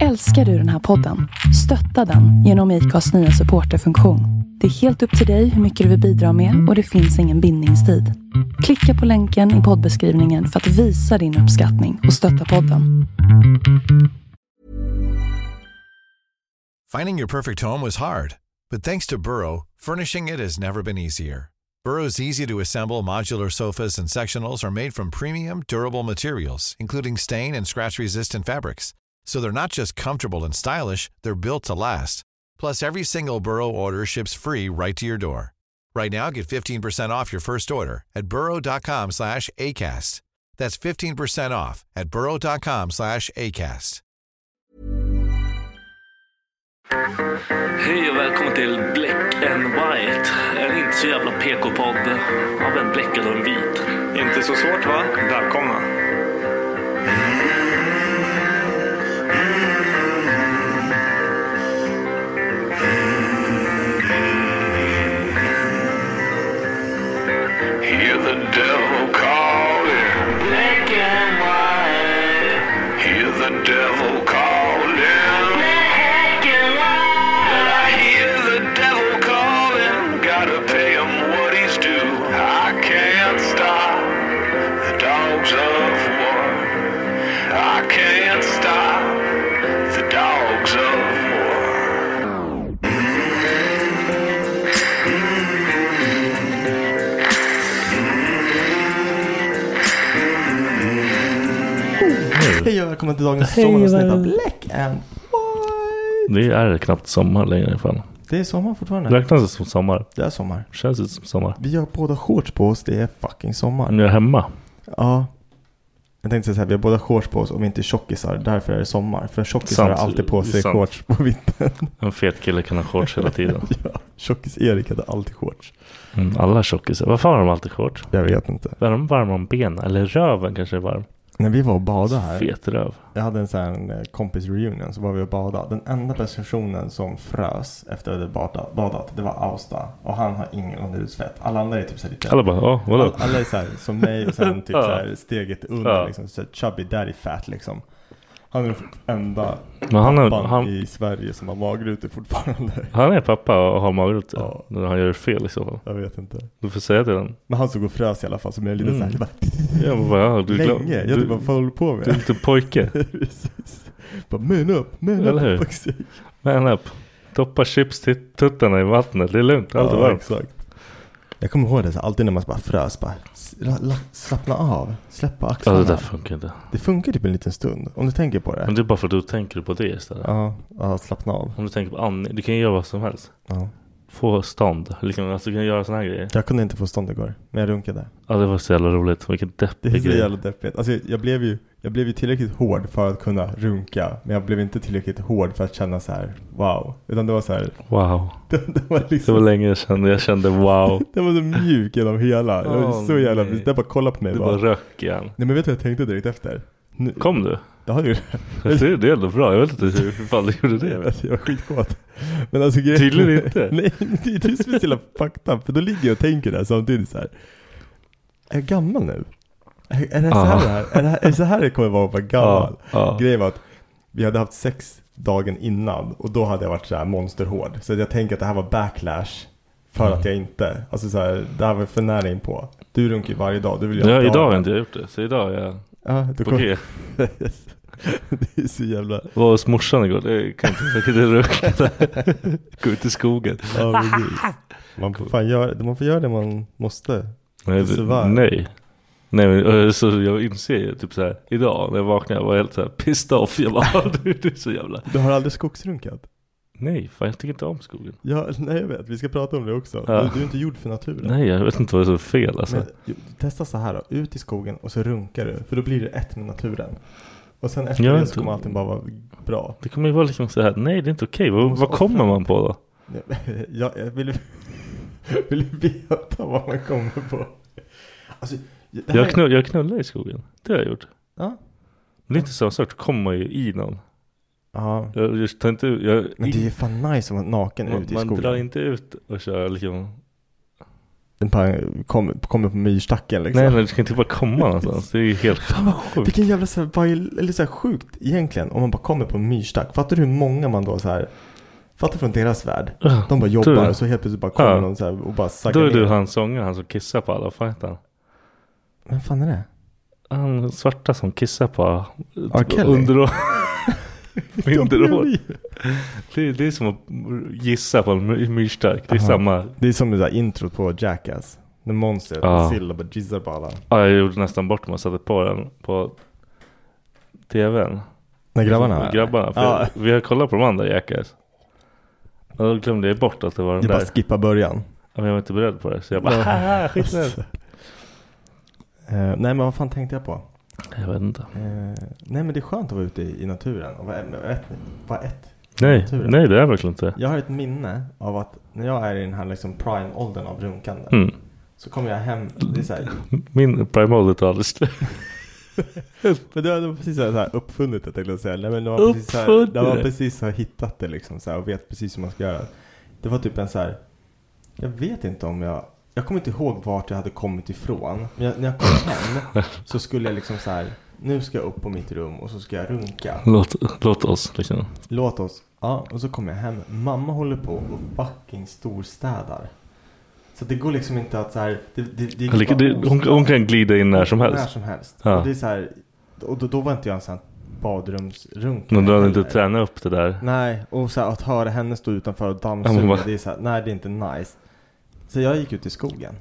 Älskar du den här podden? Stötta den genom IKAs nya supporterfunktion. Det är helt upp till dig hur mycket du vill bidra med och det finns ingen bindningstid. Klicka på länken i poddbeskrivningen för att visa din uppskattning och stötta podden. Finding your perfect home was hard, but thanks to Burrow, furnishing it has never been easier. Burrow's easy to assemble modular sofas and sectionals are made from premium, durable materials, including stain and scratch resistant fabrics. So they're not just comfortable and stylish, they're built to last. Plus, every single Burrow order ships free right to your door. Right now, get 15% off your first order at burrow.com slash ACAST. That's 15% off at burrow.com slash ACAST. Hej och välkommen till Black and White. En inte så jävla PK-podd av en bläckad och en vit. Inte så svårt va? Välkomna. Hear the devil calling. Black and white. Hear the devil calling. Black and white. I hear the devil calling. Gotta pay him what he's due. I can't stop the dogs of war. I can't stop the dogs of war. Hej och välkommen till dagens sommaravsnitt av Black and White. Det är knappt sommar längre fan. Det är sommar fortfarande. Räknas det som sommar? Det är sommar. Känns det som sommar? Vi har båda shorts på oss, det är fucking sommar. Nu är jag hemma. Ja. Jag tänkte säga så här, vi har båda shorts på oss och vi är inte tjockisar, därför är det sommar. För tjockisar Sant. har alltid på sig Sant. shorts på vintern. En fet kille kan ha shorts hela tiden. ja, tjockis-Erik hade alltid shorts. Mm, alla tjockisar. Varför har de alltid shorts? Jag vet inte. Är de varma om benen? Eller röven kanske är varm? När vi var och badade här, Fet röv. jag hade en sån här en eh, kompis reunion, så var vi och badade. Den enda personen som frös efter att vi hade badat, badat, det var Austa. Och han har ingen underhudsfett. Alla andra är typ så här lite... Alla bara, ja vadå? Alla, alla är så här, som mig och sen typ Ja. så här, steget under Ja. liksom. Så här, chubby daddy fat liksom. Han är den enda Men han, är, pappan han, i Sverige som har magrutor fortfarande. han är pappa och har magrutor. Ja. När han gör fel i så fall. Jag vet inte. Du får säga till honom. Men han såg och frös i alla fall som jag är lite Mm. så här, jag bara, Jag bara, ja, du glöm- länge. Jag typ bara, du, vad håller du på du är med? inte pojke. Precis. Bara man up, man Eller up. hur? fuck's sake. Man up. Doppa chips till tuttarna i vattnet. Det är lugnt. Allt är ja, varmt. exakt. Jag kommer ihåg det så här, alltid när man bara frös bara sla- la- slappna av, släppa Ja axlarna. det där funkar inte. det funkar typ en liten stund om du tänker på det. Men det är bara för att du tänker på det istället. Ja, ja slappna av. Om du tänker på andning, du kan ju göra vad som helst. Ja. Få stånd, liksom, alltså, du kan göra såna här grejer. Jag kunde inte få stånd igår, men jag runkade. Ja det var så jävla roligt, vilken Det är deppig så grej. jävla deppigt. Alltså, jag, blev ju, jag blev ju tillräckligt hård för att kunna runka, men jag blev inte tillräckligt hård för att känna så här wow. Utan det var så här, Wow. det, det var Det var liksom, länge jag kände, jag kände wow. det var så mjuk genom hela. jag var Åh, så jävla, nej. det bara kolla på mig Det bara bara. rök igen. Nej men vet du vad jag tänkte direkt efter? Nu, Kom du? Jag har ju Jag ser det är ändå bra, jag vet inte hur fan du gjorde jag det. vet, alltså, jag var skitkåt. Men alltså grejen- Tydligen inte. Nej, men det är det som är så jävla fakta. För då ligger jag och tänker där samtidigt så här. Är jag gammal nu? Är, är det så här Aha. det här, är det här, är det så här det kommer vara att vara gammal? ja. Grejen var att vi hade haft sex dagen innan och då hade jag varit så här monsterhård. Så jag tänker att det här var backlash för Mm. att jag inte, alltså så här, det här var jag för nära in på. Du runkar ju varje dag, du vill ju Ja, ha idag har dagen. inte jag gjort det, så idag är jag Ja, du på kommer... G. det är så jävla... Var hos morsan igår, jag kan inte, jag kan inte röka. Gå ut i skogen. Ja, precis. man, får fan gör, man får göra det man måste. Nej, Så det- var- nej. Nej men eh, så jag inser ju typ såhär idag när jag vaknade jag var helt såhär pissed off. Jag bara du, du är så jävla. Du har aldrig skogsrunkat? Nej fan jag tycker inte om skogen. Ja, nej jag vet, vi ska prata om det också. Ja. Du, du är inte gjord för naturen. Nej jag vet inte vad det är så fel alltså. Men, ju- testa så här då, ut i skogen och så runkar du, för då blir det ett med naturen. Och sen efter Jag det vet så inte. kommer allting bara vara bra. Det kommer ju vara liksom så här. nej det är inte okej. Vad, måste vad kommer offra. man på då? Jag, jag vill, vill veta vad man kommer på. Alltså, det här Jag, är- knull, jag knullar i skogen. Det har jag gjort. Ja. Men det är inte samma sak, då kommer man ju i någon. Ja, Jag, jag tar inte ut, jag, men det är ju fan nice att vara naken man, ute i man skogen. drar inte ut och kör liksom. pang- kom- kommer på myrstacken liksom. Nej men du kan inte bara komma någonstans. Det är ju helt sjukt. Vilken jävla så här, viol- eller så här sjukt egentligen om man bara kommer på en myrstack. Fattar du hur många man då så här, fattar från deras värld. De bara jobbar du. och så helt plötsligt bara kommer Ja. någon så här och bara saggar Ah. Då är du ner. han sångaren, han som kissar på alla. Vad heter han? Vem fan är det? Han svarta som kissar på eh, R. Kelly? underår. Minderårig. Underårig. Det, är- det är som att gissa på en my- myrstack. Det är Aha. samma. Det är som det där introt på Jackass. När monster, Ja. Silla bara jizzar på alla. Ja, jag gjorde nästan bort mig och satte på den på tvn. När grabbarna? Grabbarna. För Ja. Vi har kollat på de andra Jackass. Och då glömde jag bort att det var den Jag där. bara skippar början. Ja, Men jag var inte beredd på det. Så jag bara, Ja. haha, skit i det. Eh, nej men vad fan tänkte jag på? Jag vet inte. Eh, nej men det är skönt att vara ute i, i naturen och vara en- vara ett, vara ett Nej, Turen. nej det är verkligen inte. Jag har ett minne av att när jag är i den här liksom prime-åldern av runkande Mm. så kommer jag hem, det är så här, Min primal tar aldrig slut. men du hade precis så här, så här uppfunnit det tänkte jag säga. Nej, men när man precis, så här, Uppfunnit när man det? precis har hittat det liksom så här, och vet precis hur man ska göra. Det var typ en så här, jag vet inte om jag, jag kommer inte ihåg vart jag hade kommit ifrån. Men jag, när jag kom hem så skulle jag liksom så här, nu ska jag upp på mitt rum och så ska jag runka. Låt, låt oss liksom. Låt oss. Ja, och så kommer jag hem. Mamma håller på och fucking storstädar. Så det går liksom inte att så här. Det, det, det gick Eller, bara det, hon, hon kan glida in när som När helst. som helst. Ja. Och det är så här. Och då, då var inte jag en sån här badrumsrunkare. Men du hade inte heller. tränat upp det där. Nej, och så här, att höra henne stå utanför och Ja, dammsuga. men vad- det är så här, nej det är inte nice. Så jag gick ut i skogen.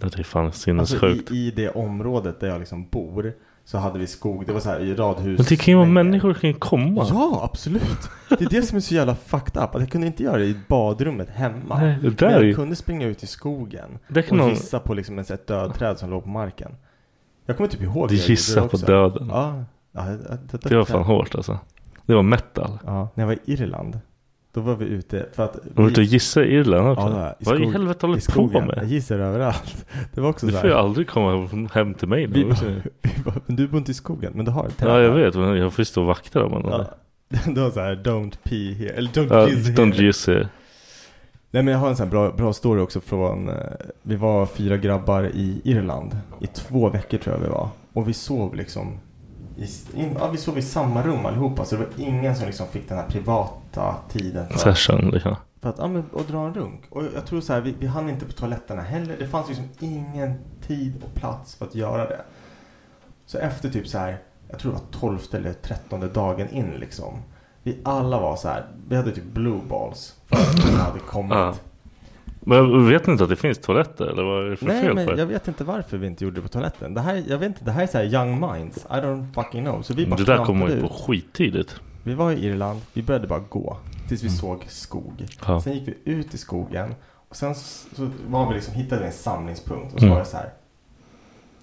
Ja, Det är fan Alltså i, sinnessjukt. i det området där jag liksom bor. Så hade vi skog, det var så här i radhus. Men det kan ju vara människor som kan ju komma. Ja, absolut. Det är det som är så jävla fucked up. Att jag kunde inte göra det i badrummet hemma. Nej, det där men är jag ju- kunde springa ut i skogen Där kan och någon- gissa på liksom ett, ett dödträd som låg på marken. Jag kommer typ ihåg Du jag gjorde gissar också. på döden. Ja. ja det, det, Det var fan hårt alltså. Det var metal. Ja, när jag var i Irland. Då var vi ute för att... Var du ute och gissa i Irland också? Ja, det var jag. I Vad i skog- helvete i håller du på skogen. Jag med? gissar överallt. Det var också Du så får ju här. aldrig komma hem till mig Vi, nu. vi bara, men du bor inte i skogen, men du har ett träd. Ja, jag här." vet. Men jag får ju stå och vakta dem. ändå. Ja. Det var så här, don't pee here. Eller don't Ja, jizz here. Don't gissa. Nej men jag har en sån här bra, bra story också från, eh, vi var fyra grabbar i Irland i två veckor tror jag vi var. Och vi sov liksom i, s- in, ja, vi sov i samma rum allihopa så det var ingen som liksom fick den här privata tiden för, Session liksom. för att ja, men, och dra en runk. Och jag tror så här, vi, vi hann inte på toaletterna heller. Det fanns liksom ingen tid och plats för att göra det. Så efter typ så här, jag tror det var tolfte eller trettonde dagen in liksom. Vi alla var så här, vi hade typ blue balls för att vi hade kommit. Ja. Men vet ni inte att det finns toaletter? Eller vad är det för Nej fel på men det? jag vet inte varför vi inte gjorde det på toaletten. Det här, jag vet inte, det här är så här young minds. I don't fucking know. Så vi bara Det där kom man klampade ju på ut. skittidigt. Vi var i Irland, vi började bara gå. Tills vi Mm. såg skog. Ja. Sen gick vi ut i skogen. Och sen så, så var vi liksom, hittade en samlingspunkt. Och så Mm. var det så här.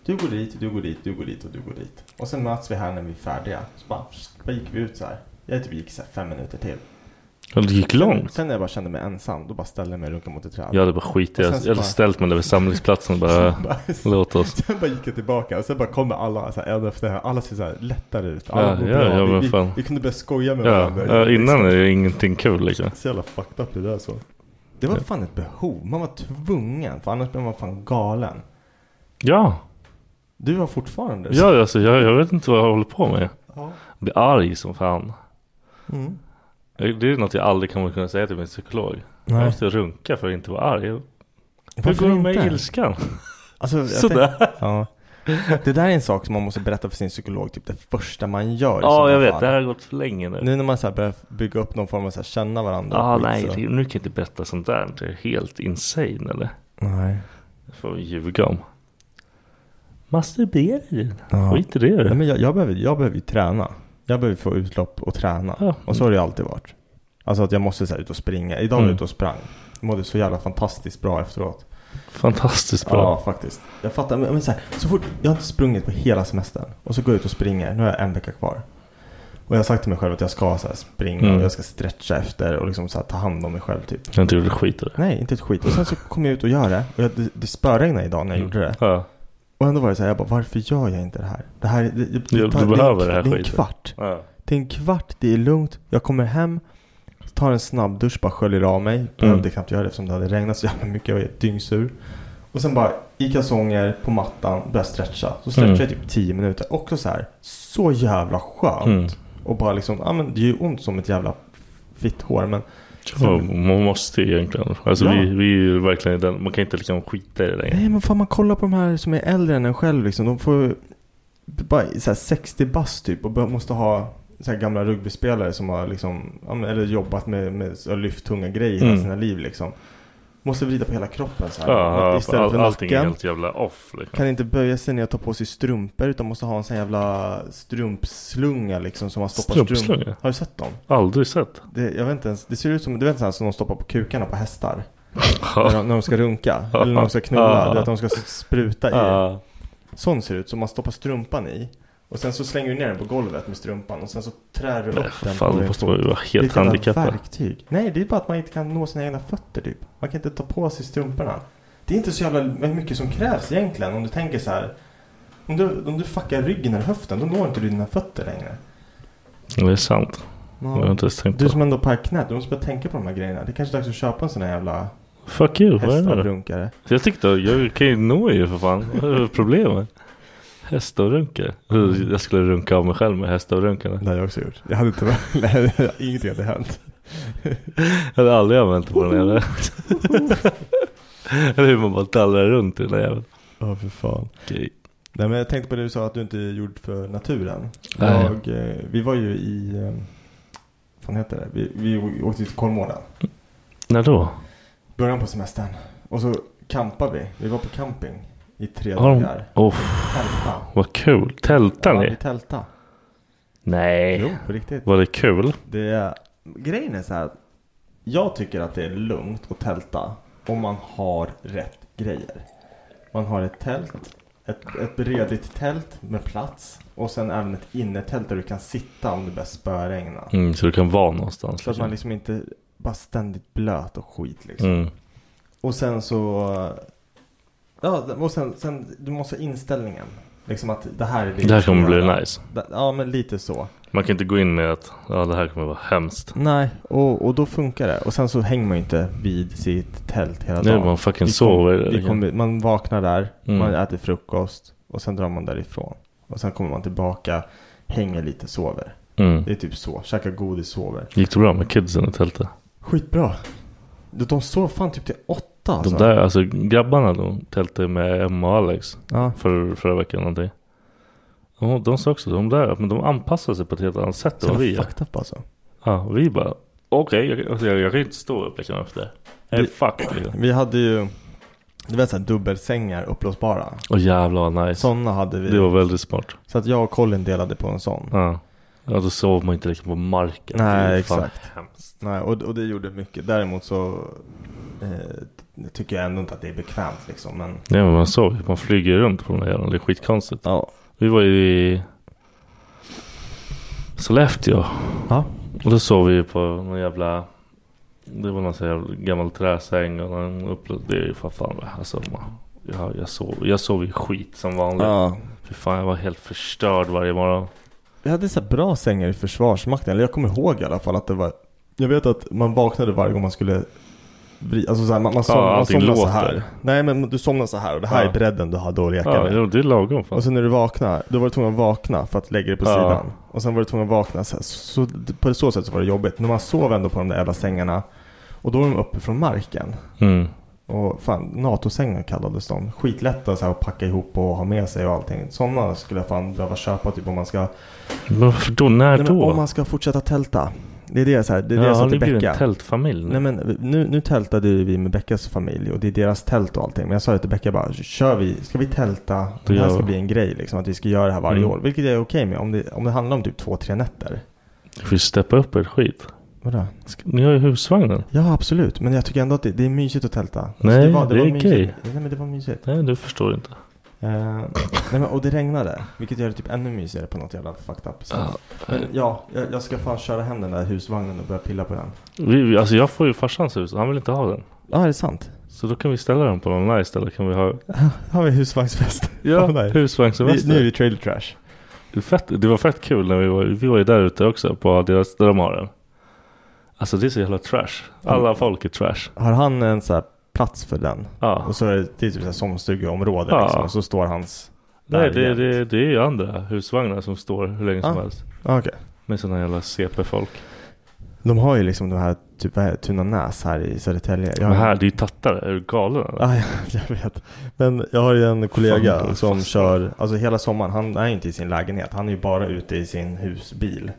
Du går dit, du går dit, du går dit och du går dit. Och sen möts vi här när vi är färdiga. Så bara, bara gick vi ut så här. Jag typ gick så här fem minuter till. Ja, Det gick Sen, långt. sen när jag bara kände mig ensam, då bara ställde jag mig och runkade mot ett träd. Jag hade bara skitit. Och Jag sen så hade bara- ställt mig där vid samlingsplatsen och bara "Äh, Bara- låt oss. Sen bara gick jag tillbaka och sen bara kommer alla så här, en efter en. Alla ser så här lättare ut. Alla Ja, mår ja, bra. ja, men vi, vi, fan. vi kunde börja skoja med Ja, varandra. Liksom. ja, innan är det ingenting kul liksom. Så jävla fucked up det där så. Det var fan ett behov. Man var tvungen. För annars blev man fan galen. Ja, Du har fortfarande så. ja alltså, jag, jag vet inte vad jag håller på med. Ja. Jag blir arg som fan. Mm. Jag- Det är något jag aldrig kommer kunna säga till min psykolog. Nej. Jag måste runka för att inte vara arg. Hur Varför går det med inte? ilskan? Alltså, jag Sådär. tänkte- ja. Det där är en sak som man måste berätta för sin psykolog. Typ det första man gör. i Ja, sådana jag vet. fall. Det här har gått för länge nu. Nu när man så här börjar bygga upp någon form av så här, känna varandra. Ja, och skit, nej. typ. så- det- Nu kan jag inte berätta sånt där. Det är helt insane eller? Nej. Det får vi ljuga om. Masturbera du. Ja. Skit i det Nej, du. men jag, jag, behöver, jag behöver ju träna. Jag behöver få utlopp och träna. Ja. Och så har det ju alltid varit. Alltså att jag måste så här, ut och springa. Idag var jag Mm. ute och sprang. Jag mådde så jävla fantastiskt bra efteråt. Fantastiskt bra. Ja, faktiskt. Jag fattar. Men, men så, här, så fort, jag har inte sprungit på hela semestern. Och så går jag ut och springer. Nu har jag en vecka kvar. Och jag har sagt till mig själv att jag ska så här, springa Mm. och jag ska stretcha efter och liksom så här, ta hand om mig själv typ. Jag inte gjorde skit i det. Nej, inte ett skit. Och sen så kom jag ut och gör det. Och jag, det, det spöregnade idag Mm. när jag gjorde det. Ja. Och ändå var det så här, jag bara varför gör jag inte det här? Det här, det, det, det, Du- du tar- det är en behöver kv- det här Det är en skiten. kvart. Ja. Det är en kvart, det är lugnt. Jag kommer hem, tar en snabbdusch, bara sköljer av mig. Behövde knappt göra det eftersom det hade regnat så jävla mycket. Jag var dyngsur. Och sen bara i kalsonger på mattan, börja stretcha. Så stretchar jag typ 10 minuter. Också så här, så jävla skönt. Mm. Och bara liksom, ja men det gör ju ont som ett jävla fitt hår. Men Ja, man måste ju egentligen. Alltså Ja. vi, vi är ju verkligen i den. Man kan inte liksom skita i det längre. nej men fan man kollar på de här som är äldre än en själv liksom. De får ju bara så här 60 bast typ och bör- måste ha så här gamla rugbyspelare som har liksom, ja, men, eller jobbat med, med så här lyft tunga grejer hela Mm. sina liv liksom. Måste vrida på hela kroppen så här. Ja, istället all, för allting är nacken. helt jävla off. Liksom. Kan inte böja sig ner och ta på sig strumpor utan måste ha en sån jävla strumpslunga liksom som man stoppar Strumpslunga? strump- Har du sett dem? Aldrig sett. Det, jag vet inte ens, det ser ut som, du vet sån här som de stoppar på kukarna på hästar? Ja. När, de, när de ska runka, eller när de ska knulla, Ja. du vet de ska spruta i. Ja. Sån ser det ut, som man stoppar strumpan i. Och sen så slänger du ner den på golvet med strumpan och sen så trär du Nej, upp för den. fan, på då din måste fot. man ju vara Det är helt ett jävla handikappad. verktyg. Nej, det är bara att man inte kan nå sina egna fötter typ. Man kan inte ta på sig strumporna. Det är inte så jävla mycket som krävs egentligen om du tänker så här. Om du, om du fuckar ryggen eller höften, då når inte du dina fötter längre. Det är sant. Jag har inte ens tänkt på Du det. som ändå parkar knät, du måste börja tänka på de här grejerna. Det är kanske är dags att köpa en sån här jävla Fuck you, vad är det? hästavrunkare. Jag tyckte jag kan ju nå ju för fan. Vad är problemet? Häst och runka. Jag skulle runka av mig själv med häst och runkarna. Det har jag också gjort. Jag hade inte... Nej, ingenting hade hänt. Jag hade aldrig använt det på den jäveln. Eller hur man bara dallrar runt i den där jäveln. Ja, för fan. Okej. Nej, men jag tänkte på det du sa att du inte är gjord för naturen. Nej. Jag, eh, vi var ju i... eh, Vad fan heter det? Vi, vi åkte till Kolmården. När då? Början på semestern. Och så campade vi. Vi var på camping i tre Har de- dagar. Oh, Tälta. vad kul. Tältar Ja, vi ni? tälta. Jo, Nej. på riktigt. Var det kul? Det är, grejen är så här. att Jag tycker att det är lugnt att tälta om man har rätt grejer. Man har ett tält, ett, ett redigt tält med plats och sen även ett innertält där du kan sitta om det börjar spöregna. Mm, så du kan vara någonstans. Så att man liksom. liksom inte bara ständigt blöt och skit liksom. Mm. Och sen så... Ja, och sen, sen du måste ha inställningen. Liksom att det här är det Det här kommer jag ska bli göra. nice. Ja, men lite så. Man kan inte gå in med att ja, det här kommer vara hemskt. Nej, och, och då funkar det. Och sen så hänger man ju inte vid sitt tält hela Nej, dagen. man fucking Alltså, Vi sover i det, vi liksom. kommer- man vaknar där, Mm. man äter frukost och sen drar man därifrån. Och sen kommer man tillbaka, hänger lite, sover. Mm. Det är typ så, käkar godis, sover. Gick det bra med kidsen i tältet? Skitbra. De de sov fan typ till åtta De alltså. där, alltså grabbarna de tältade med Emma och Alex Ja. för, förra veckan någonting. De, de sa också de där, men de anpassar sig på ett helt annat sätt Så än vad vi jävla gör. fucked up alltså. Ja, vi bara okej, jag, alltså, jag, jag kan inte stå upp liksom efter. det. Hey, Vi- fuck liksom. Vi hade ju, det var såhär dubbelsängar, uppblåsbara. Åh jävlar vad nice. Sådana hade vi. det var väldigt smart. Så att jag och Colin delade på en sån. Ja. ja, då sov man inte liksom på marken. Nej, Det är ju exakt. hemskt. Nej, och, och det gjorde mycket. Däremot så eh, t- tycker jag ändå inte att det är bekvämt liksom. Men Nej men man sov ju, man flyger ju runt på den där jäveln. Det är skitkonstigt. ja. Vi var ju i Sollefteå. Ja. Och då sov vi ju på någon jävla Det var någon sån jävla gammal träsäng och någon upplöst Det är ju för fan alltså, man, ja, jag, sov, jag sov ju skit som vanligt ja. Fy fan jag var helt förstörd varje morgon Vi hade så här bra sängar i Försvarsmakten. Eller jag kommer ihåg i alla fall att det var. Jag vet att man vaknade varje gång man skulle vri- Alltså så här, man, man, som, man allting somnade så låter. här. Nej men du somnade så här och det här Ja. är bredden du hade att leka Ja med. jo, det är lagom fan Och sen när du vaknar, då var du tvungen att vakna för att lägga det på Ja. sidan. Och sen var du tvungen att vakna. Så, så, på så sätt så var det jobbigt. Men man sov ändå på de där jävla sängarna. Och då var de uppe från marken. mm. Och fan, NATO-sängar kallades de. Skitlätta så här, att packa ihop och ha med sig och allting. Sådana skulle jag fan behöva köpa typ om man ska... Men varför då? När Nej, men då? om man ska fortsätta tälta. Det är det, så här, det, är det ja, jag sa ni till blir en Becka. tältfamilj nu. Nej men nu, nu tältade ju vi med Beckas familj och det är deras tält och allting. Men jag sa ju till Becka bara, kör vi, ska vi tälta? Det Då här gör ska vi. bli en grej liksom, att vi ska göra det här varje Mm. år. Vilket jag är okej med om det, om det handlar om typ två, tre nätter. Du får ju steppa upp ert skit Vadå? Ska- Ni har ju husvagnen Ja absolut, men jag tycker ändå att det, det är mysigt att tälta. Alltså, Nej, det är mysigt. okej. Nej men det var mysigt. Nej du förstår inte Eh, nej men, och det regnade, vilket gör det typ ännu mysigare på något jävla fucked up sätt. Ja. Men ja, jag, jag ska fan köra hem den där husvagnen och börja pilla på den. vi, vi- Alltså jag får ju farsans hus och han vill inte ha den Ja, det är sant. Så då kan vi ställa den på någon nice ställe kan vi ha Har vi husvagnsfest? Ja, Fan, vad nice. Vi, husvagnssemester nu är det trailer trash. Det, är fett, det var fett kul när vi var, vi var ju där ute också på deras, Mm. där de har den. Alltså det är så jävla trash. Alla folk är trash. Har han en sån här plats för den. Ja. Och så är det, det är typ så här sommarstugeområde Ja. liksom, och så står hans... Nej, det, jämt. det, det är ju andra husvagnar som står hur länge som Ja. helst. Ah, okej. Med sådana jävla CP-folk. De har ju liksom de här, typ vad är det, Tunanäs här i Södertälje. Jag- Men här, det är ju tattare. Är du galen eller? Ah, Ja, jag, jag vet. Men jag har ju en kollega Fan, som fast. kör, alltså hela sommaren, han är ju inte i sin lägenhet. Han är ju bara ute i sin husbil.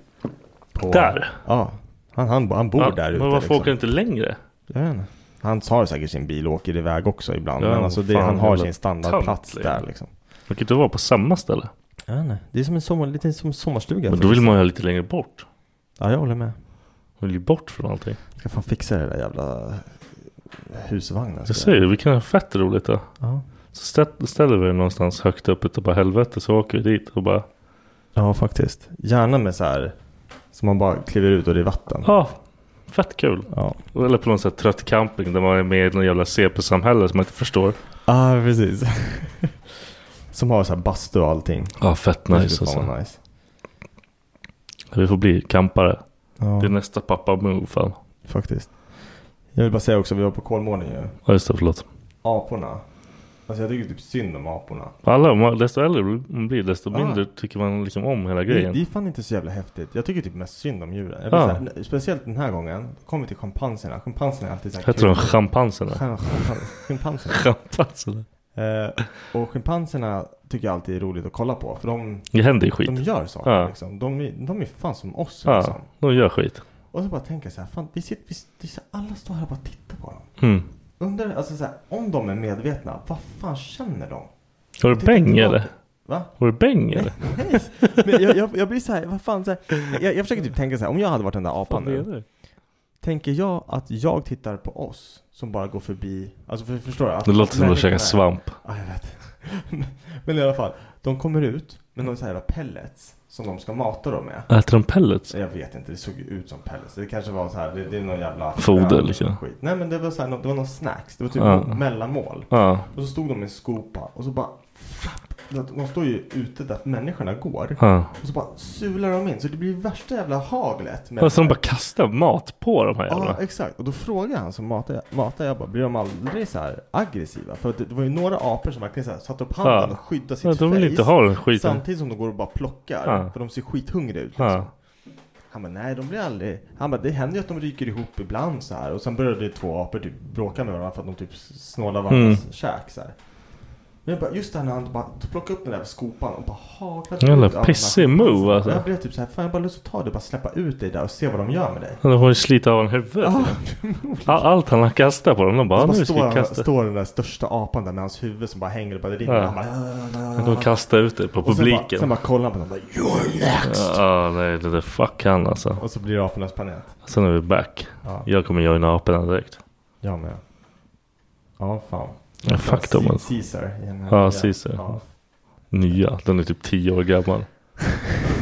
På, Där? Ja. Han, han, han bor Ja, där ute. Men varför liksom. åker du inte längre? Jag vet inte. Han tar säkert sin bil och åker iväg också ibland. Ja, men alltså det, fan, han har jävla sin standardplats tönt, där liksom. liksom. Man kan inte vara på samma ställe. Jag vet inte. Det är som en sommar, lite som en sommarstuga. Men då vill faktiskt. man ju ha lite längre bort. Ja, jag håller med. Man vill ju bort från allting. Jag ska fan fixa det där jävla husvagnen. Jag ska säger ju, vi kan ha fett roligt då. Ja. Så stä- ställer vi den någonstans högt upp och bara helvete så åker vi dit och bara Ja, faktiskt. Gärna med så här, så man bara kliver ut och det är vatten. ja, fett kul. Ja, Eller på någon sån här trött camping där man är med i någon jävla CP-samhälle som man inte förstår. ah, precis. Som har så här bastu och allting. Ja, fett Det nice skulle alltså. fan vara nice. Vi får bli campare. Ja, Det är nästa pappa-move fan. faktiskt. Jag vill bara säga också, vi var på Kolmården ju. Ja just det, förlåt. Aporna. Alltså jag tycker typ synd om aporna. Alla, man- desto äldre man blir desto Ja. mindre tycker man liksom om hela Det, grejen. det är fan inte så jävla häftigt. Jag tycker typ mest synd om djuren. Jag blir Ja. så här, speciellt den här gången. Då kommer vi till schimpanserna. Schimpanserna är alltid så här Heter de schimpanserna? Schimpanserna. Schimpanserna? Eh, och schimpanserna tycker jag alltid är roligt att kolla på. För de, Det händer ju skit. de gör saker Ja. liksom. De, är- de är fan som oss liksom. Ja, de gör skit. Och så bara tänker jag så här, fan, vi sitter, vi, det är så här, alla står här och bara tittar på dem. Mm. Undrar, alltså så här, om de är medvetna, vad fan känner de? Var det Tycker bäng inte jag- eller? Va? Var det bäng eller? Nej. Men jag, jag, jag blir så här, vad fan, så här, jag, jag försöker typ tänka så här, om jag hade varit den där apan Fan, nu, är det? tänker jag att jag tittar på oss som bara går förbi, alltså för, förstår jag? Det låter som att de käkar svamp. Ja, jag vet. men i alla fall, de kommer ut med några så här jävla pellets som de ska mata dem med. Äter de pellets? Så jag vet inte, det såg ju ut som pellets. Det kanske var så här, det, det är någon jävla Foder, liksom. skit. Nej men det var så här, det var någon snacks. Det var typ Ja. någon mellanmål. Ja. Och så stod de med en skopa och så bara frapp. De står ju ute där människorna går. ja. Och så bara sular de in. Så det blir värsta jävla haglet. med- Alltså de bara kastar mat på de här Ja jävla. exakt. Och då frågar han som matar jag, matar jag bara, blir de aldrig så här aggressiva? För att det, det var ju några apor som verkligen så här satte upp handen Ja. och skyddade Ja, sitt de vill face. inte ha den skiten. Samtidigt som de går och bara plockar. Ja. För de ser skithungriga ut. Liksom. Ja. Han bara, nej de blir aldrig... Han bara, det händer ju att de ryker ihop ibland så här. Och sen började det två apor typ bråka med varandra för att de typ snålar varandras Mm. käk så här. Men jag bara, just det här när han bara plockade upp den där skopan och bara haglade Jävla alla de här pissig schimpanserna. move, alltså. Jag blev typ så här, fan jag har bara lust att ta det bara släppa ut dig där och se vad de gör med dig. De får ju slita av en huvudet. Ja, All- Allt han har kastat på dem. De bara, så "Ja, bara nu ska står, vi han, kasta. står den där största apan där med hans huvud som bara hänger och bara det rinner. Ja. Han bara, "Ja." De kastar ut det på Och sen bara, publiken. sen bara kollar han på dem och bara, you're next! Ja, nej det där fuck han alltså. Och så blir det apornas planet. Sen är vi back. Ja. Jag kommer joina aporna direkt. Jag med. Ja, fan. Ja, fuck dem, Ce- alltså. Caesar. i den här Ja, nya- Caesar. Ja. Nya, den är typ 10 år gammal.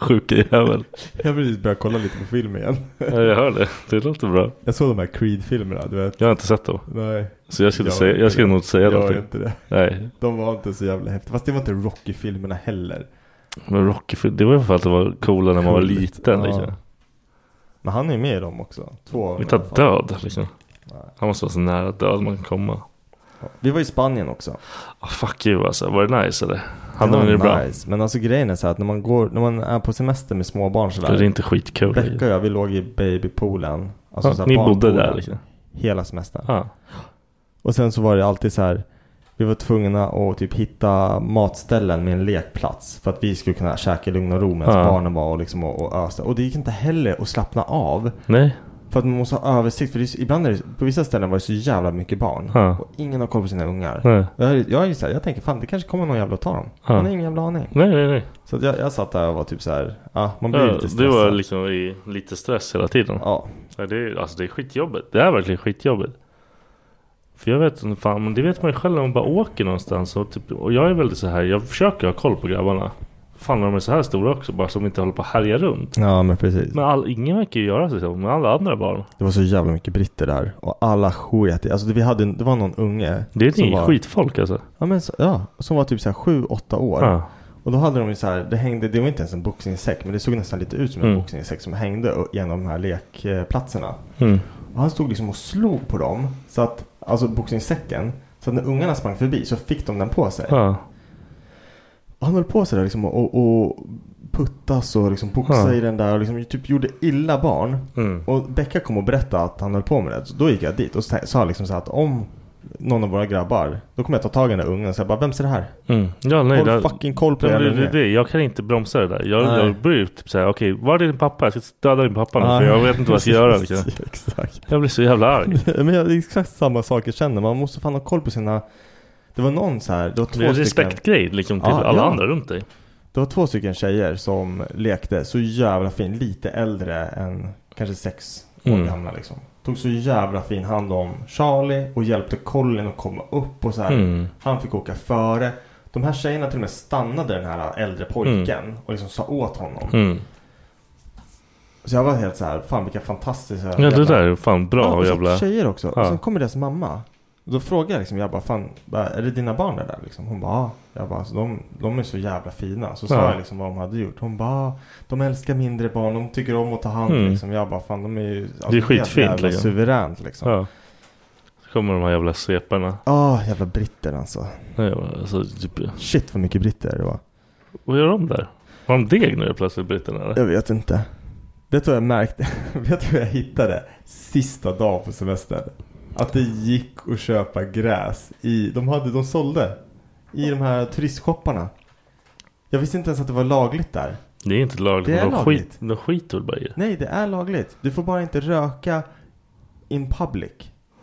Sjuka jävel. Jag har precis börjat kolla lite på film igen. Ja, jag hör det. Det låter bra. Jag såg de här Creed-filmerna, du vet. Jag har inte sett dem. Nej, Så jag skulle, Jag säga, vet jag skulle inte. nog inte säga jag gör någonting. inte det. Nej. De var inte så jävla häftiga. Fast det var inte Rocky-filmerna heller. Men Rocky, det var ju för att det var coola när man var Coolt. liten Ja. liksom. Men han är ju med i dem också. Två av dem Vi i alla tar fall. död liksom. Nej. Han måste vara så nära död man kan komma. Ja. Vi var i Spanien också. Ah, fuck you alltså. Var det nice eller? Hade var ni det bra? nice. Men alltså grejen är så här att när man, går, när man är på semester med småbarn Det är sådär. inte skitkul. Becka och jag, vi låg i babypoolen. Alltså Ah, så här ni bodde barnpoolen, där liksom? Hela semestern. Ah. Och sen så var det alltid så här. Vi var tvungna att typ hitta matställen med en lekplats. För att vi skulle kunna käka i lugn och ro medan Ja. barnen var och, liksom och, och öste. Och det gick inte heller att slappna av. Nej? För att man måste ha översikt. För det är, så- ibland är det, på vissa ställen var det så jävla mycket barn. Ja. Och ingen har koll på sina ungar. Nej. Jag, är- jag, är ju så här, jag tänker fan det kanske kommer någon jävla och tar dem. Ja. Man har ingen jävla aning. Nej, nej, nej. Så att jag, jag satt där och var typ så här. Ja, man blir Ja, lite stressad. du var liksom i lite stress hela tiden. Ja. Ja, det, är, alltså det är skitjobbigt. Det är verkligen skitjobbigt. För jag vet inte fan, men det vet man ju själv när man bara åker någonstans. Och, typ, och jag är väldigt så här, jag försöker ha koll på grabbarna. Fan när de är så här stora också, bara så de inte håller på att härja runt. Ja men precis. Men all, ingen verkar ju göra sig så med alla andra barn. Det var så jävla mycket britter där. Och alla sket i- Alltså det, vi hade, en- det var någon unge. Det är som ni var- skitfolk alltså. Ja, men så, ja, som var typ så här 7-8 år. Ja. Och då hade de ju så här, det hängde, det var inte ens en boxningssäck, men det såg nästan lite ut som en Mm. boxningssäck som hängde genom de här lekplatserna. Mm. Och Och han stod liksom och slog på dem, så att, alltså boxningssäcken. Så att när ungarna sprang förbi så fick de den på sig. Ja. Och Han höll på sådär liksom och, och puttas och liksom boxa Ja. i den där och liksom typ gjorde illa barn. Mm. Och Becka kom och berättade att han höll på med det. Så då gick jag dit och sa- sa liksom så här att om någon av våra grabbar, då kommer jag ta tag i den där ungen. Så jag bara, vem är det här? Mm. Ja, nej, Håll där- fucking koll på Nej, den men där det, det, ungen. det. Jag kan inte bromsa det där. Jag, Nej. jag blir ju typ såhär, okej var är din pappa? Jag ska döda din pappa nu Ja. för jag vet inte vad jag ska göra. Liksom. Exakt. Jag blir så jävla arg. Men jag, det är exakt samma sak jag känner. Man måste fan ha koll på sina... Det var någon så här, det var två Det är en stycken... respektgrej liksom till Ja, alla ja. andra runt dig. Det var två stycken tjejer som lekte så jävla fin, lite äldre än kanske sex år Mm. gamla liksom. Tog så jävla fin hand om Charlie och hjälpte Colin att komma upp och så här. Mm. Han fick åka före. De här tjejerna till och med stannade den här äldre pojken och liksom sa åt honom. Mm. Så jag var helt så här, fan vilka fantastiska Ja det jävla- där är fan bra Ja, och så jävla... tjejer också. Ja. Och sen kommer deras mamma. Och Då frågar jag liksom, jag bara fan, bara, är det dina barn det där liksom? Hon bara, "Ja." jag bara, alltså, de, de är så jävla fina. Så sa Ja. jag liksom vad de hade gjort. Hon bara, "Ah, de älskar mindre barn, de tycker om att ta hand Mm. liksom. Jag bara, fan de är ju alltså, Det är skitfint, helt jävla liksom. suveränt liksom. Ja, Ja. Så kommer de här jävla sveparna. jävla britter alltså. Nej, Alltså, typ, Shit vad mycket britter det var. vad gör de där? Har de deg nu plötsligt britterna eller? Jag vet inte. Vet du vad jag märkte? vet du vad jag hittade sista dagen på semestern? Att det gick att köpa gräs i, de hade, de sålde i de här turistshopparna. Jag visste inte ens att det var lagligt där. Det är inte lagligt. Det är men de lagligt. skit- De skiter väl bara i det. Nej, det är lagligt. Du får bara inte röka in public.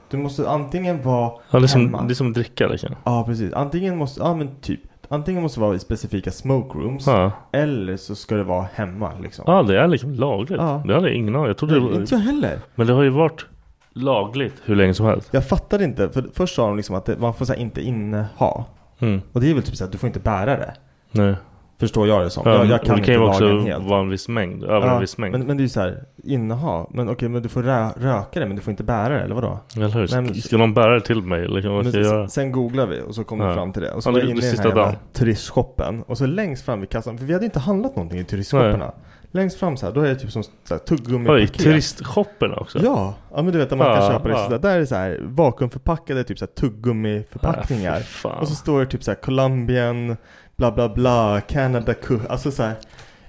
Du måste antingen vara Ja, det, är som, hemma. det är som att dricka liksom. Ja, precis. Antingen måste, ja men typ. Antingen måste det vara i specifika smoke rooms. Ja. Eller så ska det vara hemma liksom. ja det är liksom lagligt. Ja. Det hade jag ingen aning. Jag trodde det Nej, var... inte jag heller. Men det har ju varit lagligt hur länge som helst. Jag fattade inte, för först sa de liksom att det, man får så här inte inneha. Mm. Och det är väl typ så att du får inte bära det. Nej. Förstår jag det som. Ja, jag, men jag kan det inte kan ju också lagen helt. vara en viss mängd. Över en viss mängd. men, men det är ju så här, inneha. Men okej, men du får rö röka det men du får inte bära det, eller vadå? Eller hur? Nej, men- Ska någon bära det till mig? Liksom, vad Men ska jag göra? sen, sen googlar vi och så kommer vi Ja. fram till det. Och så Ja, var det- jag inne det i den här sista jävla dagen. turistshoppen. Och så längst fram vid kassan, för vi hade ju inte handlat någonting i turistshopparna. Längst fram så här, då är det typ som så här, Oj, tuggummipaket. turistshopperna också? Ja, ja men du vet att man Ja, kan köpa det. ja. Så där, där är det så här vakuumförpackade typ så här Äh, tuggummiförpackningar. fy fan. Och så står det typ så här Colombian, bla bla bla, Canada, Cu- alltså så här.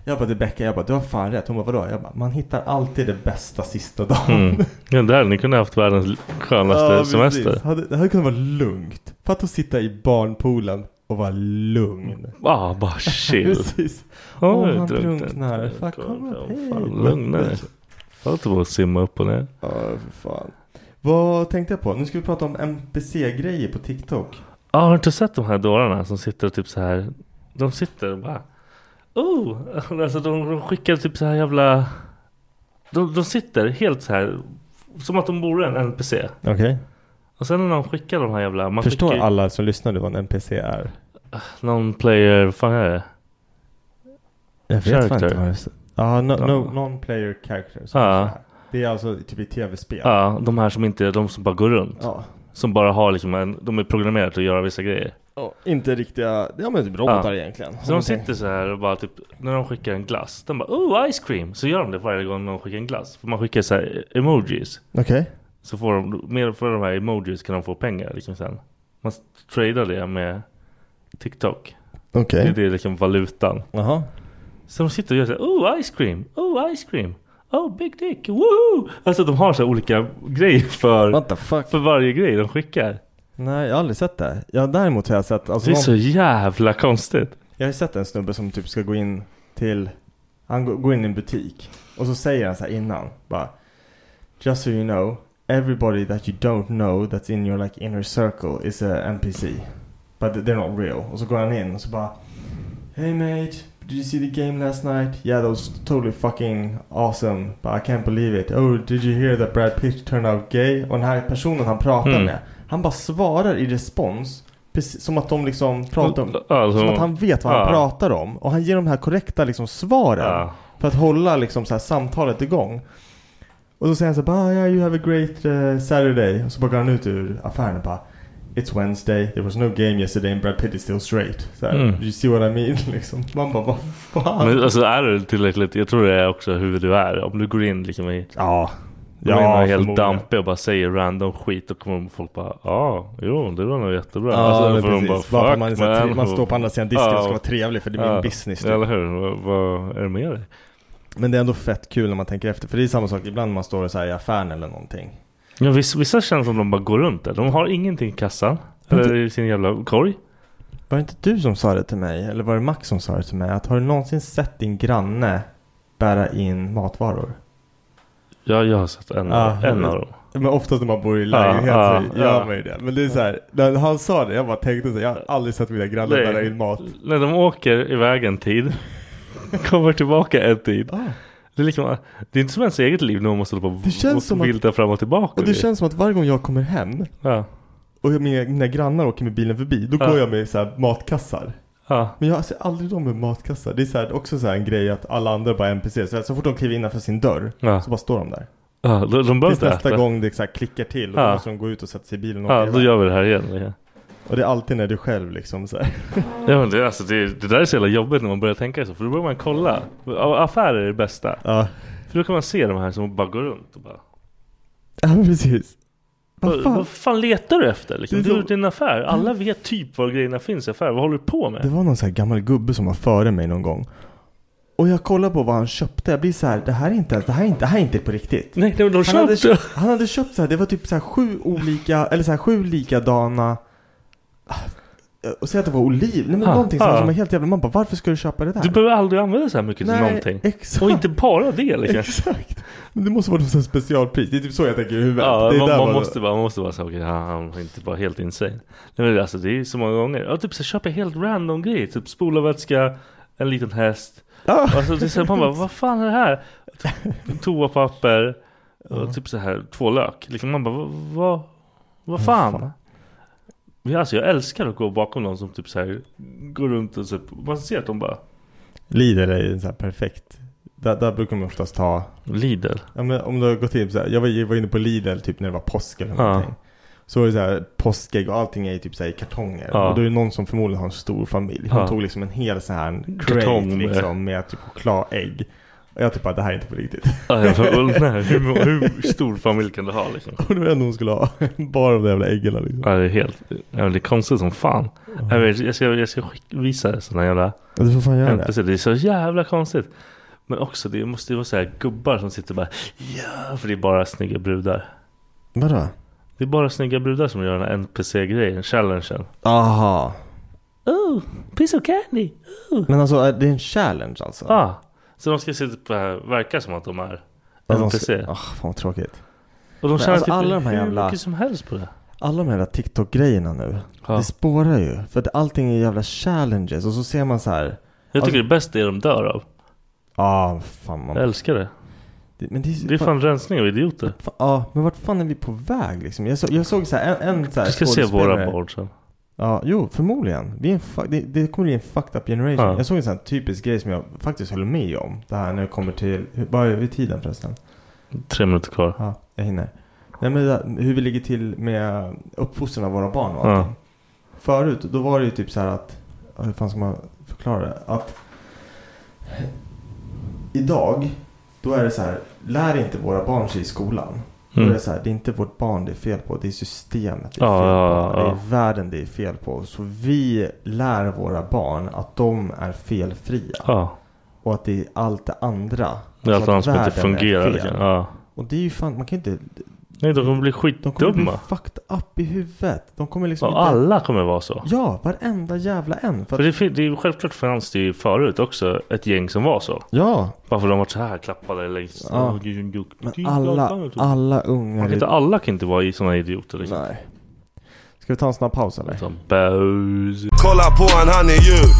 Jag bara Rebecka, jag bara du har fan rätt. Hon bara vadå? Jag bara man hittar alltid det bästa sista dagen. Mm. Ja, där, ni kunde haft världens skönaste Ja, precis. semester. Hade, det hade kunnat vara lugnt. För att sitta i barnpoolen och vara lugn. Ah, bara chill. Precis. Oj, Åh, han drunknat. drunknar. Fuck, kom upp Fan, hit. Lugna dig. Jag håller på att simma upp och ner. Ja, för fan. Vad tänkte jag på? Nu ska vi prata om NPC-grejer på TikTok. Ah, har du inte sett de här dårarna som sitter och typ så här? De sitter och bara... Oh! Alltså de, de skickar typ så här jävla... De, de sitter helt så här som att de vore en NPC. Okej. Och sen när de skickar de här jävla... Man Förstår skickar, ju- alla som lyssnar nu vad en NPC är? Någon player, vad fan är det? Jag Character. det är. Ja, no, Ja. no, non-player character. som Ja. är så här. Det är alltså typ i tv-spel. Ja, de här som inte, de som bara går runt. Ja. Som bara har liksom en, de är programmerade att göra vissa grejer. Ja, inte riktiga, ja men typ robotar Ja. egentligen. Så de sitter så här och bara typ, när de skickar en glass, de bara oh ice cream! Så gör de det varje gång de skickar en glass. För man skickar så här emojis. Okej. Så får de, mer för de här emojis kan de få pengar liksom sen. Man s- tradar det med TikTok. Okej. Det är liksom valutan. Jaha. Så de sitter och gör så här, oh ice cream, oh ice cream, oh big dick, woohoo! Alltså de har så här olika grejer för, What the fuck? för varje grej de skickar. Nej, jag har aldrig sett det. Jag, däremot har jag sett, alltså Det är någon, så jävla konstigt. jag har ju sett en snubbe som typ ska gå in till, han går- går in i en butik och så säger han så här innan, bara Just so you know, everybody that you don't know that's in your like inner circle is a NPC. But they're not real. Och så går han in och så bara Hey mate, did you see the game last night? Yeah, that was totally fucking awesome. But I can't believe it. Oh, did you hear that Brad Pitt turned out gay? Och den här personen han pratar Mm. med, han bara svarar i respons. Precis som att de liksom pratar om... Alltså, Som att han vet vad han Ja. pratar om. Och han ger de här korrekta liksom svaren. ja. För att hålla liksom så här samtalet igång. Och så säger han så här, bara, yeah, you have a great eh, Saturday. Och så bara går han ut ur affären och bara It's Wednesday, there was no game yesterday and Brad Pitt is still straight. Så här, Mm. You see what I mean? Liksom. Man bara, vad fan? Men alltså är du tillräckligt, jag tror det är också hur du är. Om du går in liksom i ja, De ja, är helt förmodligen. dampiga och bara säger random skit och kommer folk bara ja, ah, jo det var nog jättebra. Ja, men får Alltså, de precis. Bara, för att man, är så här man." tre- man står på andra sidan disken Ja. och ska vara trevlig för det är min business. Typ. Eller hur? Vad, vad är det med dig? Men det är ändå fett kul när man tänker efter. För det är samma sak ibland när man står så här i affären eller någonting. Ja, vissa, vissa känns som de bara går runt där. De har ingenting i kassan. Eller i sin jävla korg. Var det inte du som sa det till mig? Eller var det Max som sa det till mig? Att har du någonsin sett din granne bära in matvaror? Ja, jag har sett en, Ja, jag en vet. av dem. Men oftast när man bor i lägenhet Ja, så ja, gör ja. man ju det. Men det är så här, när han sa det, jag bara tänkte så här, jag har aldrig sett mina grannar Nej. bära in mat. När de åker iväg en tid. kommer tillbaka en tid. Ah. Det, är liksom, det är inte som ens eget liv när man måste hålla på Det känns och som att- vilta fram och tillbaka. Och det känns som att varje gång jag kommer hem Ja, och mina, mina grannar åker med bilen förbi, då Ja. går jag med så här matkassar. ja. Men jag ser aldrig dem med matkassar. Det är så här, också så här en grej att alla andra bara är NPC. Så, så fort de kliver innanför sin dörr Ja. så bara står de där. ja de, de behöver Tills inte nästa äta. gång det så här klickar till och Ja. då måste de gå ut och sätta sig i bilen och Ja, åka då iväg. gör vi det här igen. liksom. Och det är alltid när du är själv liksom så här. Ja, men det, alltså, det, det där är så jävla jobbigt när man börjar tänka så. För då börjar man kolla. Ja, Affärer är det bästa. Ja, För då kan man se de här som bara går runt och bara. ja men precis. Vad Vad fan? fan? vad fan letar du efter? Liksom? Det är Du så- har gjort en affär. Alla vet typ var grejerna finns i affär. Vad håller du på med? Det var någon så här gammal gubbe som var före mig någon gång. Och jag kollar på vad han köpte. Jag blir så här, det här är inte, ens- det här är inte, det här är inte på riktigt. Nej, de, de Han hade, köpte. köpt, han hade köpt så här, det var typ så här sju olika, eller så här sju likadana ah, och säg att det var oliv, nej men Ah, någonting som ah. som var helt jävla, man bara varför ska du köpa det där? Du behöver aldrig använda så här mycket nej, till någonting. exakt. Och inte bara det liksom. Exakt. Men det måste vara något sånt specialpris, det är typ så jag tänker i huvudet. Ja, det är man, där man, måste bara, man måste bara säga okej, han, han är inte bara helt insane. Nej, men alltså, det är ju så många gånger. Ja, typ så köper jag helt random grejer. Typ spolarvätska, en liten häst. Ja. Alltså, det är så här, man bara, vad fan är det här? To- Toapapper och typ så här två lök. Liksom, man bara, vad, vad, vad fan? Ja, alltså, jag älskar att gå bakom någon som typ så här går runt och så, man ser att de bara Lidl är ju så här perfekt. Där, där brukar man oftast ta lider. Ja, men om du har gått in så här, jag var, jag var inne på Lidl typ när det var påsk eller Ja. någonting. Så var det så här påskägg och allting är ju typ så här i kartonger. Ja. Och då är det någon som förmodligen har en stor familj. Hon Ja. tog liksom en hel så här Kartong kartong med- liksom med typ chokladägg. Och jag typ bara, det här är inte på riktigt. Ja, jag bara, "Åh, nej, hur, hur stor familj kan du ha liksom? Och det var det enda hon skulle ha. Bara de där jävla äggen liksom. Ja det är helt, ja, det är konstigt som fan. Jag, vet, jag ska, jag ska skick, visa sådana jävla Ja, du får fan göra det. NPC. Det är så jävla konstigt. Men också det måste ju vara så här gubbar som sitter och bara ja, för det är bara snygga brudar. Vadå? Det är bara snygga brudar som gör den här NPC-grejen, challengen. Aha. Oh, piece of candy! Men alltså är det är en challenge alltså? Ja, ah, så de ska sitta på här, verka som att de är Att de NPC. ska- Ah, fan vad tråkigt. Och de Men tjänar alltså typ alla de här hur jävla- mycket som helst på det. Alla de här jävla TikTok-grejerna nu. Ja. Det spårar ju. För att allting är jävla challenges. Och så ser man så här. Jag tycker Alltså- det bästa är de dör av. Ja, fan man. Jag älskar det. Det- Men det är, Det är fan rensning av idioter. Fa- Ja, men vart fan är vi på väg liksom? Jag, så, jag såg så här, en, en så här Du ska se våra skådespelare- board sen. Ja, jo, förmodligen. Vi är en fu- det, det kommer bli en fucked up generation. Ja. Jag såg en sån här typisk grej som jag faktiskt håller med om. Det här när det kommer till, hur- vad är vi i tiden förresten? Tre minuter kvar. Ja, jag hinner. Nej men det där, hur vi ligger till med uppfostran av våra barn och Ja. allting. Förut, då var det ju typ så här att, ja, hur fan ska man förklara det? Att idag, då är det så här, lär inte våra barn sig i skolan. Då är Mm. det så här, det är inte vårt barn det är fel på, det är systemet det är Ja, fel ja, på. ja, Det ja. är världen det är fel på. Så vi lär våra barn att de är felfria. Ja, Och att det är allt det andra. det är allt Alltså annat som att inte världen är fungerar. fel. Liksom. Ja. Och det är ju fan, man kan ju inte, Nej, de kommer bli de kommer skitdumma. bli fucked up i huvudet. De kommer liksom Och inte... alla kommer vara så. Ja, varenda jävla en. För För att, det, fin- det är ju självklart fanns det ju förut också ett gäng som var så. ja, Bara för de varit så här klappade längs. Ja. Åh, gud, gud, gud, men alla, gud. alla Man ungar... kan inte, alla kan inte vara i såna idioter liksom. Nej. Ska vi ta en snabb paus eller? Som Bös. Kolla på han, han är djur.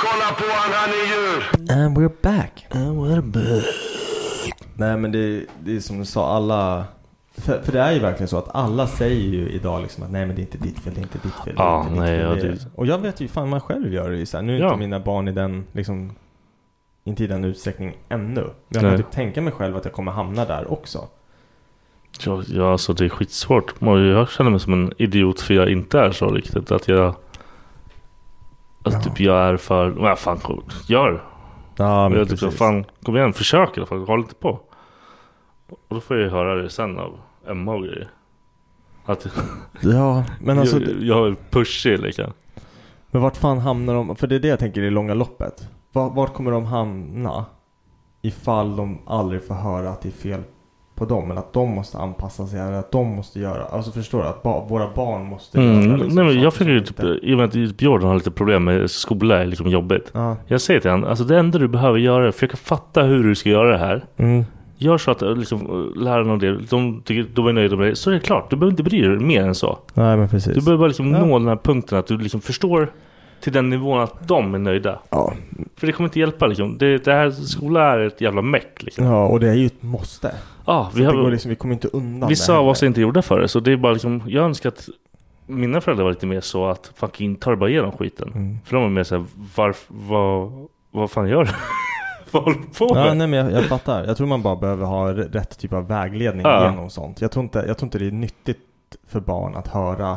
Kolla på han, han är djur. And we're back. Nej men det, det är som du sa, alla... För, för det är ju verkligen så att alla säger ju idag liksom att nej men det är inte ditt fel, det är inte ditt fel. det är Ja, inte ditt Ah, nej, fel, ja, det är- det- Och jag vet ju fan man själv gör det ju så här. Nu är Ja. inte mina barn i den, liksom, inte i den utsträckning ännu. Men jag Nej. kan typ tänka mig själv att jag kommer hamna där också. Ja, ja, alltså det är skitsvårt. Och Jag känner mig som en idiot för jag inte är så riktigt. Att jag... Att typ jag är för... Vad fan, gör! Ja jag typ, så, fan, kom igen, försök i alla fall. Håll inte på. Och då får jag ju höra det sen av Emma och grejer. Att Ja, men alltså. jag, jag är pushig liksom. Men vart fan hamnar de? För det är det jag tänker i det långa loppet. Vart, vart kommer de hamna? Ifall de aldrig får höra att det är fel på dem. Eller att de måste anpassa sig. Eller att de måste göra. Alltså förstår du? Att ba, våra barn måste Mm, göra. liksom nej, men jag saker försöker ju som typ, inte- i och med att just Björn har lite problem med skola är liksom jobbigt. Ja. Jag säger till honom, alltså det enda du behöver göra är att försöka fatta hur du ska göra det här. Mm. Gör så att liksom, lärarna och det, de, tycker- de är nöjda med det. Så är det klart, du behöver inte bry dig mer än så. Nej men precis. Du behöver bara liksom Ja. nå den här punkten att du liksom förstår till den nivån att de är nöjda. Ja. För det kommer inte hjälpa liksom. Det, det här skola är ett jävla meck liksom. ja, och det är ju ett måste. Ah, vi, Det går har, liksom, vi kommer inte undan vissa det av heller. oss är inte gjorda för det. Så det är bara liksom, jag önskar att mina föräldrar var lite mer så att fucking ta det bara igenom skiten. Mm. För de var mer såhär, varför, vad, vad fan gör du? vad håller du på med? Ja, nej men jag, jag fattar. Jag tror man bara behöver ha r- rätt typ av vägledning Ja. genom sånt. Jag tror, inte, jag tror inte det är nyttigt för barn att höra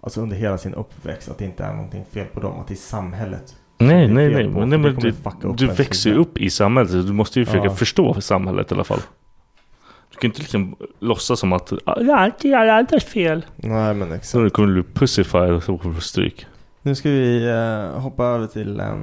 Alltså under hela sin uppväxt att det inte är någonting fel på dem, att det är samhället. Nej, Det är nej, fel nej. på, Men, för nej, det men kommer du, fucka upp du en växer ju skola. upp i samhället. så Du måste ju försöka Ja. förstå samhället i alla fall. Du kan inte liksom låtsas som att "Ah, det är alltid alla andras fel. Nej men exakt. Så nu kommer du bli pussified och så kommer du få stryk. Nu ska vi eh, hoppa över till en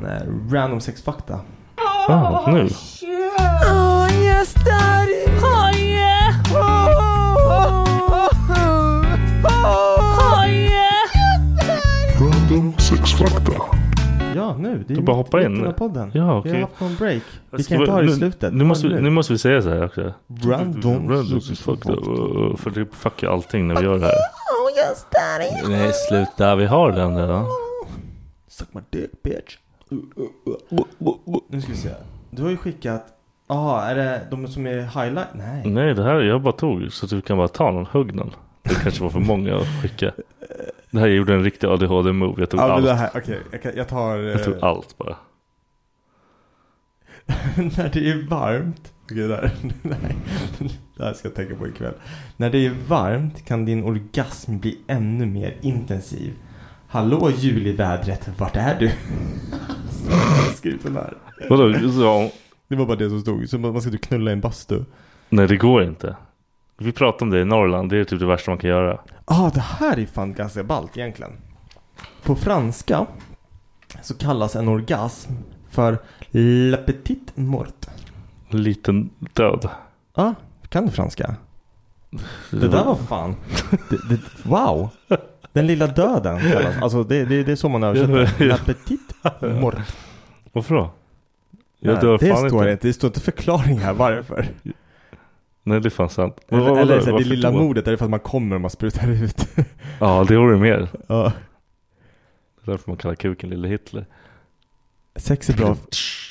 eh, random sexfakta. Ah, nu. Random sex factor. Ja nu, det är Du bara hoppar in. mitten av podden. Vi Ja, okej. har haft någon break. Vi Ska kan inte ha det i nu, slutet. Nu måste, Ta vi, det nu måste vi säga så här också. Random Random fuck the, uh, För det fuckar allting när vi gör det här. Oh, Nej, sluta. Vi har den redan. Suck my dick bitch. Uh, Nu ska vi se. Du har ju skickat. Jaha, är det de som är highlight? Nej. Nej, det här jag bara tog så att du kan bara ta någon, hugg någon. Det kanske var för många att skicka. Det här gjorde en riktig ADHD-move. Jag tog Ja men allt. det här, okej. Jag kan- Jag tar... Jag tog eh, allt bara. när det är varmt. Okej, där. Nej. Det här ska jag tänka på ikväll. När det är varmt kan din orgasm bli ännu mer intensiv. Hallå julivädret, vart är du? Så har jag skrivit den här. Vadå? Så, Det var bara det som stod. Så man man ska typ knulla i en bastu. nej, det går inte. Vi pratade om det i Norrland. Det är typ det värsta man kan göra. Ah, det här är fan ganska ballt egentligen. På franska så kallas en orgasm för la petite morte. Liten död. Ah, kan du franska? Det där var fan. Det, det, wow! Den lilla döden kallas. Alltså det, det, det är så man översätter. La petite morte. Varför då? Jag Nej, dör det fan står inte. inte. Det står inte förklaring här varför. Nej, det är fan sant. Men Eller, vad- eller vadå? så här, det Varför lilla då? mordet är det för att man kommer och man sprutar ut. Ja, det vore mer. Ja. Det är därför man kallar kuken lille Hitler. Sex är bra.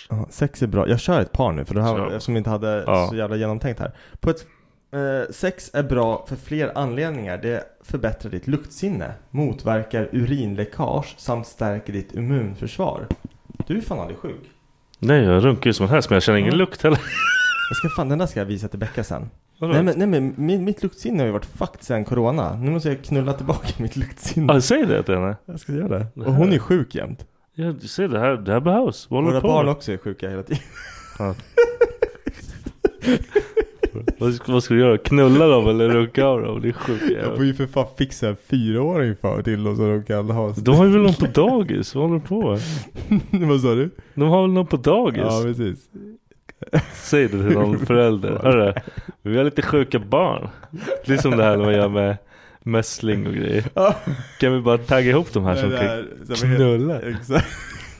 Ja, sex är bra. Jag kör ett par nu för det här, Kör. eftersom vi inte hade Ja. så jävla genomtänkt här. På ett, eh, sex är bra för fler anledningar. Det förbättrar ditt luktsinne, motverkar urinläckage samt stärker ditt immunförsvar. Du är fan aldrig sjuk. Nej, jag runkar ju som en häst men jag känner ingen Ja. lukt heller. Jag ska fan, den där ska jag visa till Becka sen. Vadå? Nej men, nej, men min, mitt luktsinne har ju varit fucked sen corona. Nu måste jag knulla tillbaka mitt luktsinne. Ja, säg det till henne. Jag ska göra det. Och hon är sjuk jämt. Ja, du ser det här, det här behövs. Vad håller Våra du på barn med? också är sjuka hela tiden. Ja. Vad ska, vad ska du göra? Knulla dem eller runka av dem? Det är sjukt Jag får ju för fan fixa fyraåring för till dem så de kan ha De har ju väl någon på dagis? Vad håller du på med? Vad sa du? De har väl någon på dagis? Ja precis Säg det till någon förälder. Hörru, vi har lite sjuka barn. Det är som det här när man gör med mässling och grejer. Kan vi bara tagga ihop de här som Det där- kan som är helt- knulla? Exakt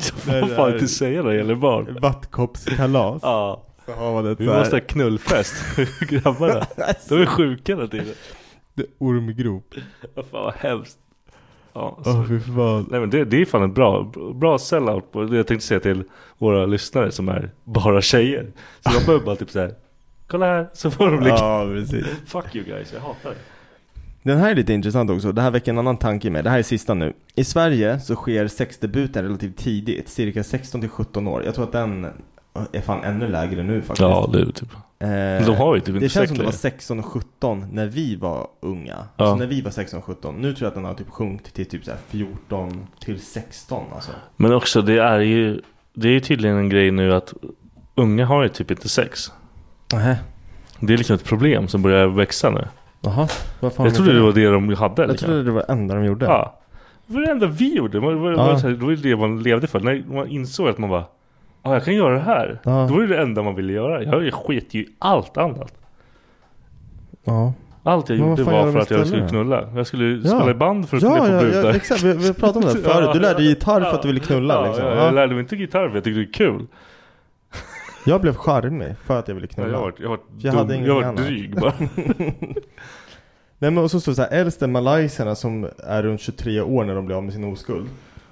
Så det får man där- fan inte säga när det gäller barn. Vattkoppskalas Ja. Så har man ett Vi så här- måste ha knullfest. Grabbarna. De är sjuka hela tiden. Det- Ormgrop Vad fan vad hemskt. Ja, så. Åh fy fan Nej men det, det är fan en bra, bra sellout. på- Det jag tänkte säga till våra lyssnare som är bara tjejer. Så de behöver bara typ såhär. Kolla här. Så får de bli Ja precis Fuck you guys, jag hatar det. Den här är lite intressant också, det här väcker en annan tanke med. Det här är sista nu. I Sverige så sker sexdebuten relativt tidigt, cirka 16 till 17 år. Jag tror att den är fan ännu lägre nu faktiskt. Ja det är det typ. Eh, de har ju typ inte Det känns sex som det var längre. 16 och 17 när vi var unga. Ja. Alltså när vi var 16 och 17. Nu tror jag att den har typ sjunkit till typ så här 14 till 16 alltså. Men också det är ju Det är ju tydligen en grej nu att Unga har ju typ inte sex Nähä. Det är liksom ett problem som börjar växa nu Jaha. Vad fan Jag trodde det var det de hade Jag liksom. trodde det var det enda de gjorde. Ja Det var det enda vi gjorde man, var, Ja. var så här, Det var ju det man levde för När man insåg att man bara Ja ah, jag kan göra det här Ja. Det var ju det enda man ville göra Jag sket ju i allt annat ja. Allt jag Men vad gjorde fan var gör de för att jag skulle istället då? knulla Jag skulle Ja. spela i band för att kunna Ja, få ja, brudar ja, exakt. Vi, vi pratade om det här förut. Du lärde dig gitarr för att du ville knulla ja, liksom. ja, Ja. Jag lärde mig inte gitarr för jag tyckte det var kul Jag blev charmig för att jag ville knulla. Jag har varit, jag har varit Jag dum, hade ingenting jag har annat. varit dryg bara. Nej men och så står det så här, äldst är malaysierna som är runt 23 år när de blir av med sin oskuld.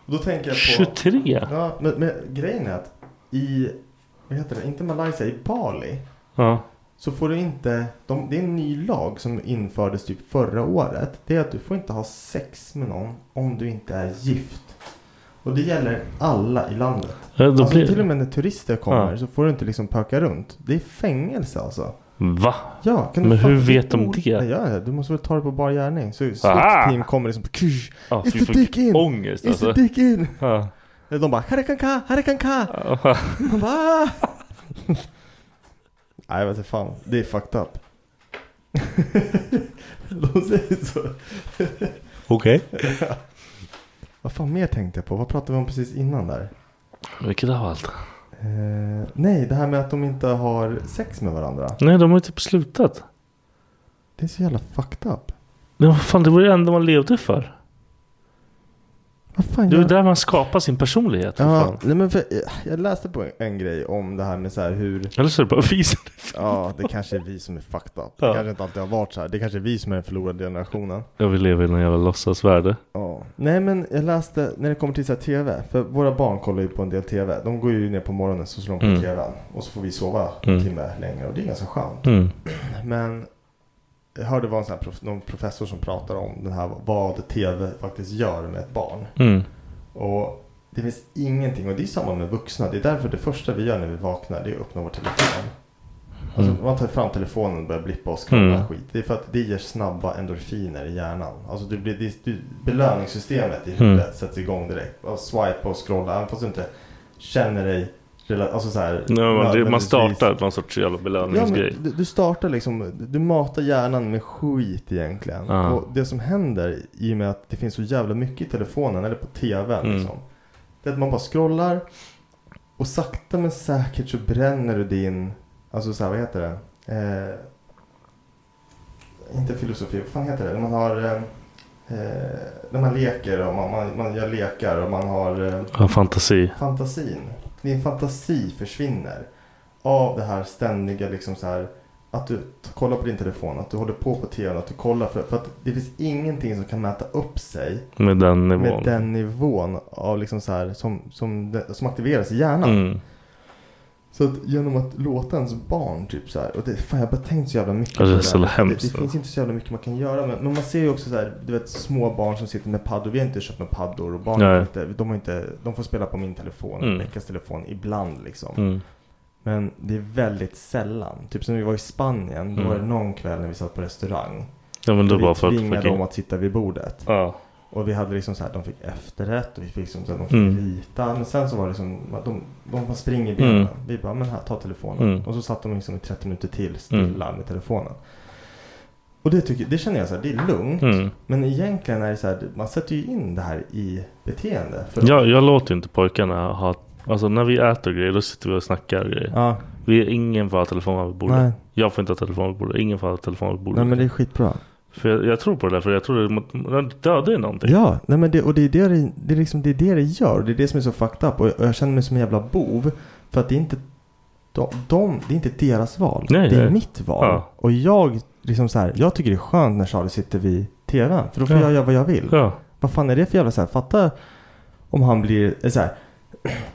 Och då tänker jag på... 23? Ja, men, men grejen är att i, vad heter det, inte Malaysia, i Bali Ja. så får du inte, de, det är en ny lag som infördes typ förra året. Det är att du får inte ha sex med någon om du inte är gift. Och det gäller alla i landet. Då Alltså blir... till och med när turister kommer Ja. så får du inte liksom pöka runt. Det är fängelse alltså. Va? Ja, kan du Men fatta hur det vet de ord- det? Nej, Ja, ja, du måste väl ta det på bar gärning. Så Aha! team kommer liksom kush, Ah, It's the dick in! Ångest Is the alltså. dick in? Ja. Eller De bara harikanka, harikanka! Ja. Man bara "Ah." Nej jag vet inte fan, det är fucked up. De säger så. Okej. Vad fan mer tänkte jag på? Vad pratade vi om precis innan där? Vilket av allt? Eh, nej, det här med att de inte har sex med varandra. Nej de har ju typ slutat. Det är så jävla fucked up. Men vad fan det var det enda man levde för. Vad fan Det var gör där man skapar sin personlighet. för Ja, Fan. nej men för, eh, jag läste på en grej om det här med så här hur Eller så är det bara visa. Ja, det kanske är vi som är fucked up. Det Ja. kanske inte alltid har varit så här. Det kanske är vi som är den förlorade generationen. Jag vill leva i någon jävla låtsasvärde. Ja. Nej, men jag läste när det kommer till så här TV. För våra barn kollar ju på en del TV. De går ju ner på morgonen så slår de på Mm. TVn. Och så får vi sova en Mm. timme längre. Och det är ganska skönt. Mm. Men jag hörde det var en sån här prof- någon professor som pratade om den här vad TV faktiskt gör med ett barn. Mm. Och det finns ingenting, och det är samma med vuxna. Det är därför det första vi gör när vi vaknar det är att öppna vår telefon. Alltså, Mm. Man tar fram telefonen och börjar blippa och scrolla Mm. skit. Det är för att det ger snabba endorfiner i hjärnan. Alltså du blir, det, du, belöningssystemet i huvudet Mm. sätts igång direkt. Och swipe och scrolla, även fast du inte känner dig... rela- Alltså så här, Nej, man, det, man nödvändigtvis- startar någon sorts jävla Ja, men belöningsgrej. du, du startar liksom, du matar hjärnan med skit egentligen. Ja. Och det som händer i och med att det finns så jävla mycket i telefonen eller på tvn Mm. liksom. Det är att man bara scrollar och sakta men säkert så bränner du din, alltså så här, vad heter det? Eh, inte filosofi, vad fan heter det? När man har, eh, eh, när man leker och man, man, man gör lekar och man har eh, Ja, fantasi. fantasin. Din fantasi försvinner av det här ständiga liksom så här att du t- kollar på din telefon, att du håller på på tvn, att du kollar för, för att det finns ingenting som kan mäta upp sig Med den nivån. med den nivån av liksom så här som, som, de- som aktiveras i hjärnan. Mm. Så att genom att låta ens barn typ så här, och det, fan jag har bara tänkt så jävla mycket Ja, Alltså, det är på så där. hemskt, det, det va? finns inte så jävla mycket man kan göra men, men man ser ju också så här, du vet små barn som sitter med paddor, vi har inte köpt med paddor och barnen får Nej. inte, de, har inte, de får spela på min telefon, Mm. Beckas telefon ibland liksom. Mm. Men det är väldigt sällan. Typ som vi var i Spanien, då Mm. var det någon kväll när vi satt på restaurang. Ja men då vi bara för att tvingade dem fucking... att sitta vid bordet. Ja. Och vi hade liksom så här, de fick efterrätt och vi fick liksom så här, de fick Mm. rita. Men sen så var det liksom, de, de bara springer i benen. Mm. Vi bara, men här, ta telefonen. Mm. Och så satt de liksom i 30 minuter till stilla med telefonen. Och det, tycker, det känner jag så här, det är lugnt. Mm. Men egentligen är det så här, man sätter ju in det här i beteende. För Jag, jag låter ju inte pojkarna ha... Alltså när vi äter grejer då sitter vi och snackar grejer. Ja. Vi, ingen får ha telefon vid bordet. Nej. Jag får inte ha telefon vid bordet. Ingen får ha telefon vid bordet. Nej men det är skitbra. För jag, jag tror på det där. För jag tror det mot- dödar ju någonting. Ja, nej men det, och det är det det, det, är liksom, det är det det gör. Och Det är det som är så fucked up. Och jag, och jag känner mig som en jävla bov. För att det är inte, de, de, det är inte deras val. Nej, det är nej. mitt val. Ja. Och jag, liksom så här, jag tycker det är skönt när Charlie sitter vid tvn. För då får Ja. jag göra vad jag vill. Ja. Vad fan är det för jävla så här, fatta om han blir, eh, så här,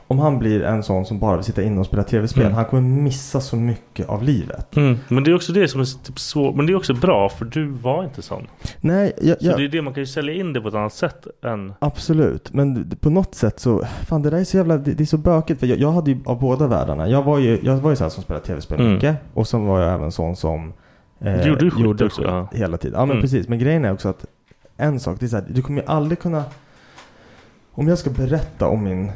om han blir en sån som bara vill sitta inne och spela tv-spel. Mm. Han kommer missa så mycket av livet. Mm. Men det är också det som är så- typ svårt. Men det är också bra för du var inte sån. Nej, jag, Så jag, det är det man kan ju sälja in det på ett annat sätt än... Eh, Absolut, men d- på något sätt så, fan det där är så jävla, det, det är så bökigt. För jag, jag hade ju av båda världarna, jag var ju, jag var ju så här som spelade tv-spel Mm. mycket. Och sen var jag även sån som eh, Gjorde skit också, ja. hela tiden. Ja men Mm. precis, men grejen är också att en sak, det är så här, du kommer ju aldrig kunna, om jag ska berätta om min,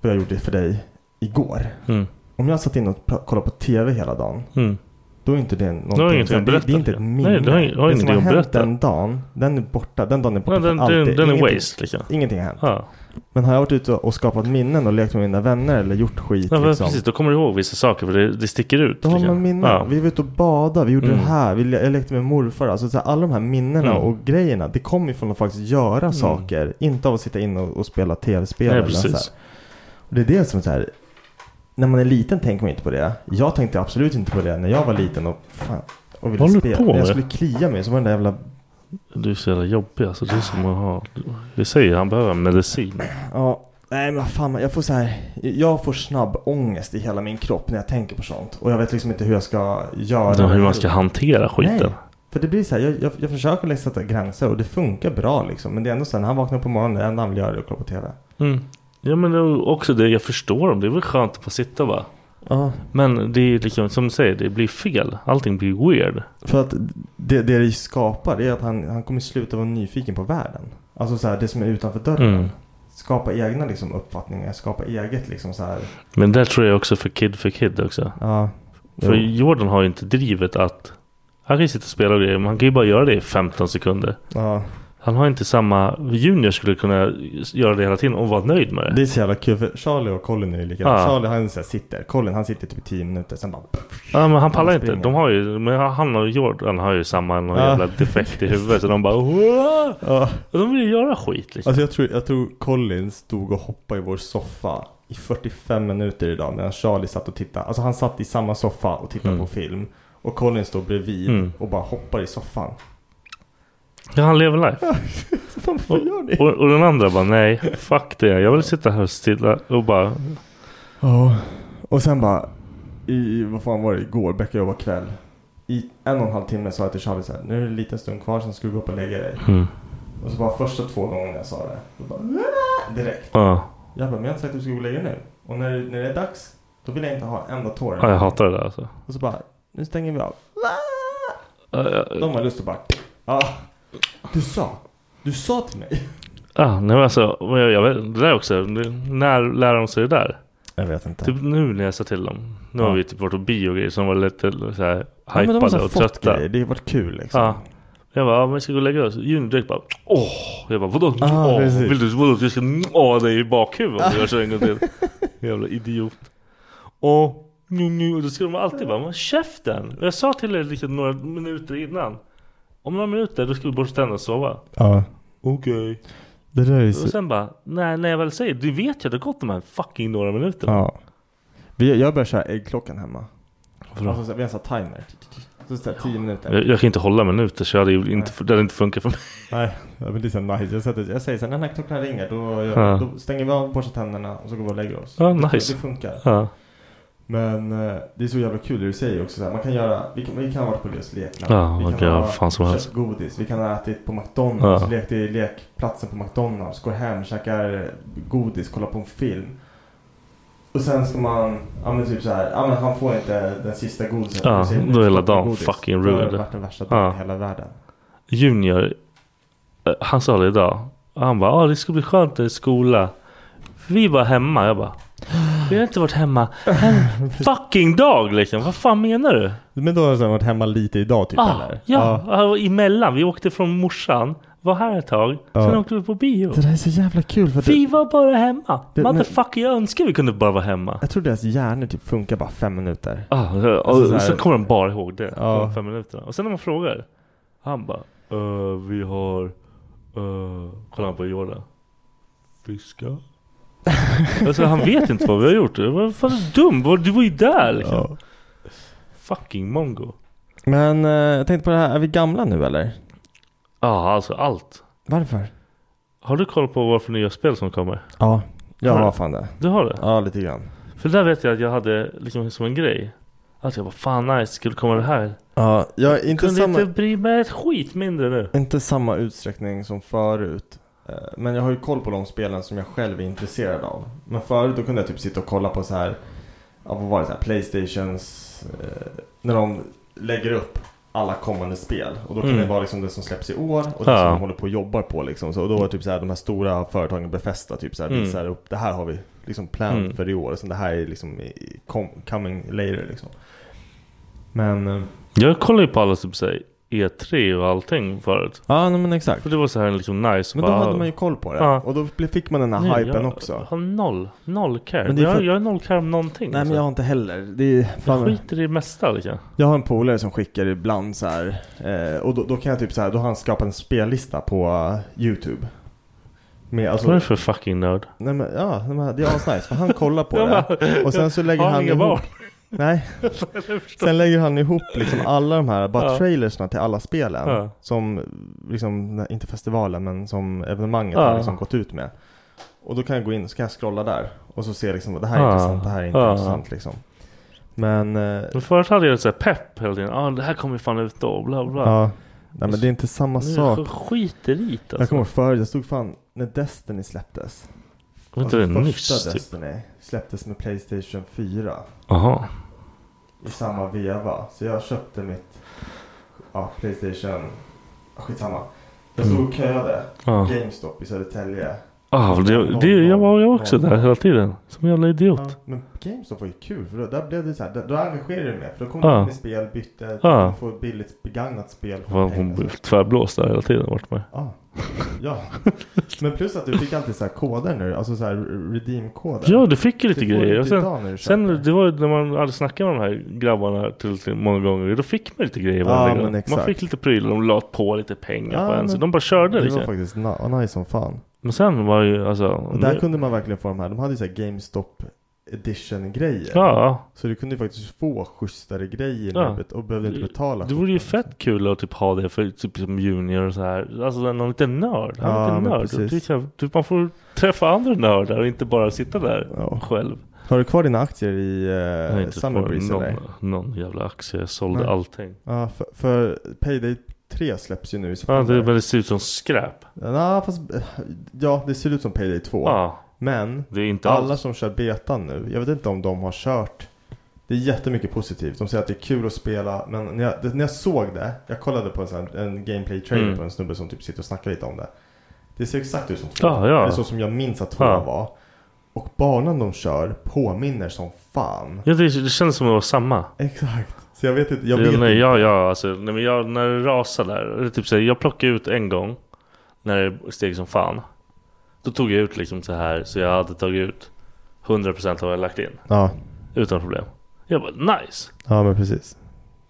vad jag gjorde för dig igår. Mm. Om jag satt in och pra- kollade på tv hela dagen. Mm. Då är inte det någonting, har ingenting så här, att det, berätta, det är inte ett liksom. minne. Nej, det har ing- har det som ingenting har att hänt berätta. den dagen, den är borta. Den dagen är borta Ja, den, för alltid. den, den är Ingenting- waste liksom. Ingenting har hänt. Ja. Men har jag varit ute och skapat minnen och lekt med mina vänner eller gjort skit Ja, men liksom. precis. Då kommer du ihåg vissa saker för det, det sticker ut. Då har man minnen. Ja. Vi var ute och badade, vi gjorde Mm. det här, vi, le- jag lekte med morfar. Alltså så här, alla de här minnena Mm. och grejerna, det kommer ju från att faktiskt göra saker. Inte av att sitta inne och, och spela tv-spel. Nej, eller så här. precis. Och det är det som är så här. När man är liten tänker man inte på det. Jag tänkte absolut inte på det när jag var liten och fan. Och ville Vad håller du spela. på När jag med? skulle klia mig så var den där jävla, Du är så jävla jobbig alltså. Du är som att ha... Vi säger han behöver medicin. ja. Nej men vad fan, jag får så här, jag får snabb ångest i hela min kropp när jag tänker på sånt. Och jag vet liksom inte hur jag ska göra. hur man ska hantera skiten. Nej, för det blir så här, jag, jag, jag försöker liksom sätta gränser och det funkar bra liksom. Men det är ändå så här, när han vaknar på morgonen, det enda han vill göra är att kolla på TV. Mm. Ja men det är också det jag förstår dem. Det är väl skönt att få sitta bara. Ja. Men det är ju liksom som du säger, det blir fel. Allting blir weird. För att det det, det skapar, det är att han, han kommer sluta vara nyfiken på världen. Alltså så här, det som är utanför dörren. Mm. Skapa egna liksom, uppfattningar, skapa eget liksom så här. Men där tror jag också för kid för kid också. Ja. För Jo. Jordan har ju inte drivet att han kan ju sitta och spela och grejer men han kan ju bara göra det i 15 sekunder. ja. Han har inte samma... Junior skulle kunna göra det hela tiden och vara nöjd med det. Det är så jävla kul för Charlie och Colin är ju likadana. Ja. Charlie han så här, sitter, Colin han sitter typ i 10 minuter sen bara Ja men han pallar Han inte. springer. De har ju, men han och Jordan har ju samma någon Ja. jävla defekt i huvudet. Så de bara "Wah!" Ja. Och de vill ju göra skit liksom. Alltså jag tror, jag tror Colin stod och hoppade i vår soffa i 45 minuter idag medan Charlie satt och tittade. Alltså han satt i samma soffa och tittade Mm. på film. Och Colin står bredvid Mm. och bara hoppar i soffan. Alltså- Ja han lever life. Så fan, varför gör ni? Och, och den andra bara nej, fuck det. Jag vill sitta här stilla och bara... Ja. Och sen bara, i, vad fan var det igår? Becka jobbade kväll. I en och en halv timme sa jag till Charlie så här, nu är det en liten stund kvar sen ska du gå upp och lägga dig. Mm. Och så bara första två gångerna jag sa det, då bara "Aah!" direkt. Ja, Jag bara, men jag har inte sagt att du ska gå och lägga dig nu. Och när, det- när det är dags, då vill jag inte ha en enda tår. ja jag hatar det där alltså. Och så bara, nu stänger vi av. Ja, ja, De har lust att bara, ja. Du sa, du sa till mig. ja, nej men alltså, men jag, jag vet, det där också. det- När lär de sig det där? Jag vet inte. Typ nu när jag sa till dem. Nu Ja. har vi typ varit på bio och grejer som var lite så här ja, men de har så hypade här och fått trötta. grejer. Det har varit kul liksom. Ja. Jag bara, ja, men ska vi gå och lägga oss? Juni direkt bara, åh! Jag bara, vadå? Ah, åh, precis. vill du, vadå att jag ska åh dig i bakhuvudet om du gör så en gång till? Jävla idiot. Och nu, nu, och då ska de alltid bara, men käften! Och jag sa till er liksom några minuter innan. Om några minuter, då ska vi borsta tänderna och sova. ja. Okej. Det där är Och sen bara, nej, när jag väl säger, du vet ju att det har gått de här fucking några minuterna. Ja. Vi, jag börjar köra äggklockan hemma. Varför då? Alltså, så här, vi har en sån här timer. Så står det 10 minuter. Jag, jag kan inte hålla minuter så jag hade ju inte, det hade inte funkat för mig. Nej, ja, men det är så här nice. Jag, sätter, jag säger så här, när den här klockan ringer då, gör- Ja. då stänger vi av, borstar tänderna och så går vi och lägger oss. Ja, Det- nice. Det funkar. Ja. Men eh, det är så jävla kul det du säger också. Så här, man kan göra, vi kan, vi kan ha varit på lös lekland. Ja, vi man kan ha göra fan som köpt helst. godis. Vi kan ha ätit på McDonalds. Ja. Lekt i lekplatsen på McDonalds. Går hem, käkar godis, kollar på en film. Och sen ska man, ja men typ så här, ja men han får inte den sista godiset. Ja, Vi säger, då nu är hela stoppar dagen godis. fucking Då har ruined. det varit den värsta dagen Ja. i hela världen. Junior, eh, han sa det idag. Och han bara, ah det ska bli skönt i skola. Vi var hemma. Jag bara, vi har inte varit hemma en fucking dag liksom. Vad fan menar du? Men då har han varit hemma lite idag typ ah, eller? ja, ah. emellan. Vi åkte från morsan, var här ett tag. Sen Ja. åkte vi på bio. Det där är så jävla kul för att Vi var bara hemma. Det- men- Motherfucker, jag önskar vi kunde bara vara hemma. jag tror deras hjärnor typ funkar bara fem minuter. Ah, och, Alltså, så här- och sen kommer de bara ihåg det. Ja. De fem minuterna. Och sen när man frågar. Han bara. "Eh, vi har. Uh, kolla han på Jordan. Fiska. alltså han vet inte vad vi har gjort. Vad fan är du dum? Vad- Du var ju där liksom. Ja. Fucking mongo. Men eh, jag tänkte på det här, är vi gamla nu eller? Ja alltså allt. Varför? Har du koll på vad för nya spel som kommer? Ja, jag Har du? har fan det. Du har det? Ja, lite grann. För där vet jag att jag hade liksom som en grej. Att jag bara fan nice, skulle komma det här. Ja, jag är inte Kunde samma... inte bry mig ett skit mindre nu. Inte samma utsträckning som förut. Eh, Men jag har ju koll på de spelen som jag själv är intresserad av. Men förut då kunde jag typ sitta och kolla på så här, ja, vad var det, så här Playstations, eh, när de lägger upp alla kommande spel. Och då kan Mm. det vara liksom det som släpps i år och det Ja. som de håller på och jobbar på liksom. Så, och då var typ så här, de här stora företagen befästa typ så här, Mm. visar upp, det här har vi liksom plan Mm. för i år. Så det här är liksom i- i com- coming later liksom. Men, eh, Jag kollar ju på alla typ såhär E3 och allting förut. ja nej, men exakt. För det var så här liksom nice. Men då bara, hade man ju koll på det. Ja. Och då bli- fick man den här Nej, hypen jag, Jag också. har noll, noll care. Men det är jag, för- jag har noll care om någonting. alltså. Nej men jag har inte heller. Det är, jag fan, skiter i det mesta liksom. jag har en polare som skickar ibland så här. Eh, och då, då kan jag typ så här, då har han skapat en spellista på eh, YouTube. Med, alltså, Vad är det för fucking nörd? nej, men, ja, nej, men det är asnice för han kollar på Jag det. bara, Och sen så lägger har han inga ihop, barn. nej, Jag förstår. sen lägger han ihop liksom alla de här, bara Ja. trailersna till alla spelen. Ja. Som, liksom, nej, inte festivalen men som evenemanget Ja. har liksom gått ut med. Och då kan jag gå in och så kan jag scrolla där. Och så se liksom, det här är Ja. intressant, det här är inte Ja. intressant liksom. Men, eh, Men förut hade jag så här pepp hela tiden. Ah, det här kommer ju fan ut då. Bla bla. ja. Nej men det är inte samma nu sak. jag skiter i det alltså. Jag kommer ihåg förr, det stod fan när Destiny släpptes. Alltså, Var inte det nyss första typ? Destiny släpptes med Playstation 4 Jaha. i samma veva. Så jag köpte mitt ja, Playstation, skitsamma. Jag stod och köade Mm. Ja. GameStop i Södertälje. Ah, det, det, jag var ju också där hela tiden. Som en jävla Ja, idiot. men GameStop var ju kul för då, där blev det så här, där, då engagerade du mer. För då kom Ja. du in i spel, bytte, Ja. du kunde få ett billigt begagnat spel. för Fan, pengar. Hon blev tvärblåst där hela tiden vart med. Ja. ja. Men plus att du fick alltid så här koder nu, alltså så här redeem-koder. Ja, du fick ju lite Det får du grejer. inte Och sen, idag när du sen köper. det var ju när man hade snackat med de här grabbarna till, till många gånger. Då fick man lite grejer Ja, varje men gång. Man exakt. fick lite prylar. De la på lite pengar Ja, på en. men Så de bara körde Det var liksom. faktiskt na- nice som fan. Men sen var ju alltså. Och där kunde man verkligen få de här, de hade ju så här GameStop edition grejer. Ja. Så du kunde ju faktiskt få schysstare grejer Ja. ja. och behövde inte betala. Det vore ju fortfarande. fett kul att typ ha det för typ som junior och så här. Alltså någon liten nörd. Han är Ja, men lite nörd. precis. Det är så här, typ, man får träffa andra nördar och inte bara sitta där Ja. själv. Har du kvar dina aktier i Jag har uh, inte kvar Summerbreeze eller? någon, någon jävla aktie. Jag sålde Nej. allting. Ja, för, för Payday 3 släpps ju nu i Ja, det, september. men det ser ut som skräp. Ja, fast, eh, ja, det ser ut som Payday 2. Ja, Men det är inte alls alla som kör betan nu, jag vet inte om de har kört. Det är jättemycket positivt. De säger att det är kul att spela. Men när jag, det- när jag såg det, jag kollade på en, sån här, en gameplay trailer Mm. på en snubbe som typ sitter och snackar lite om det. Det ser exakt ut som två. Ja, ja. Eller så som jag minns att två Ja. var. Och banan de kör påminner som fan. Ja, det, det känns som att det var samma. Exakt. Så jag vet inte. Jag Ja, vet nej, inte. ja, ja, alltså, nej, men jag, när det rasar där. det är Typ så här, jag plockade ut en gång. När det steg som fan. Då tog jag ut liksom så här. Så jag hade tagit ut 100% av vad jag lagt in. Ja. Utan problem. Jag bara nice. ja, men precis.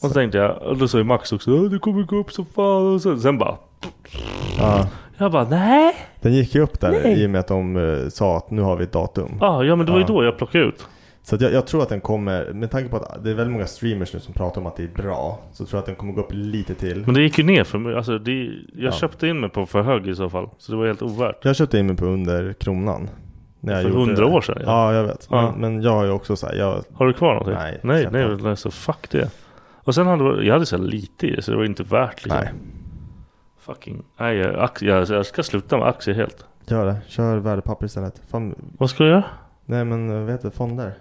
Och så tänkte jag. Och då sa ju Max också. "Åh, Du kommer gå upp som fan. Och så, sen bara. Ja. Jag bara nej. Den gick ju upp där Nej. i och med att de eh, sa att nu har vi ett datum. Ah, ja men det var ju Ja. då jag plockade ut. Så att jag, jag tror att den kommer, med tanke på att det är väldigt många streamers nu som pratar om att det är bra, så tror jag att den kommer gå upp lite till. Men det gick ju ner för mig. Alltså, det, jag Ja. köpte in mig på för hög i så fall. Så det var helt ovärt. Jag köpte in mig på under kronan. När jag För gjorde 100 det. år sedan, ja. Ja, jag vet. Ja. Men, men jag har ju också så här, jag, Har du kvar någonting? Nej, Nej, släpp nej, allt. nej så fuck det. Och sen hade jag hade så här lite i så det var inte värt liksom. nej. Fucking, nej jag, aktie, jag, jag ska sluta med aktier helt. Gör det. Kör värdepapper istället. Fan, eh, Vad ska jag göra? nej men vad heter det? Fonder.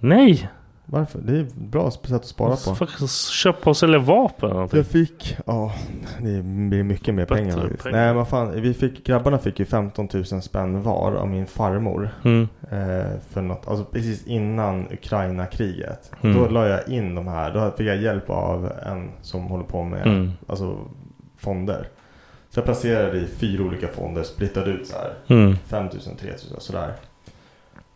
Nej! Varför? Det är ett bra sätt att spara på. Fuck, Köpa och sälja vapen eller någonting. Jag fick, ja, det blir mycket mer Bättre pengar, faktiskt. pengar. Nej, vad fan, vi fick, grabbarna fick ju 15 000 spänn var av min farmor. Mm. Eh, för något, alltså precis innan Ukraina-kriget. Mm. Då la jag in de här, då fick jag hjälp av en som håller på med Mm. alltså, fonder. Så jag placerade i fyra olika fonder, splittade ut så här. Mm. 5 000, 3 000 och sådär.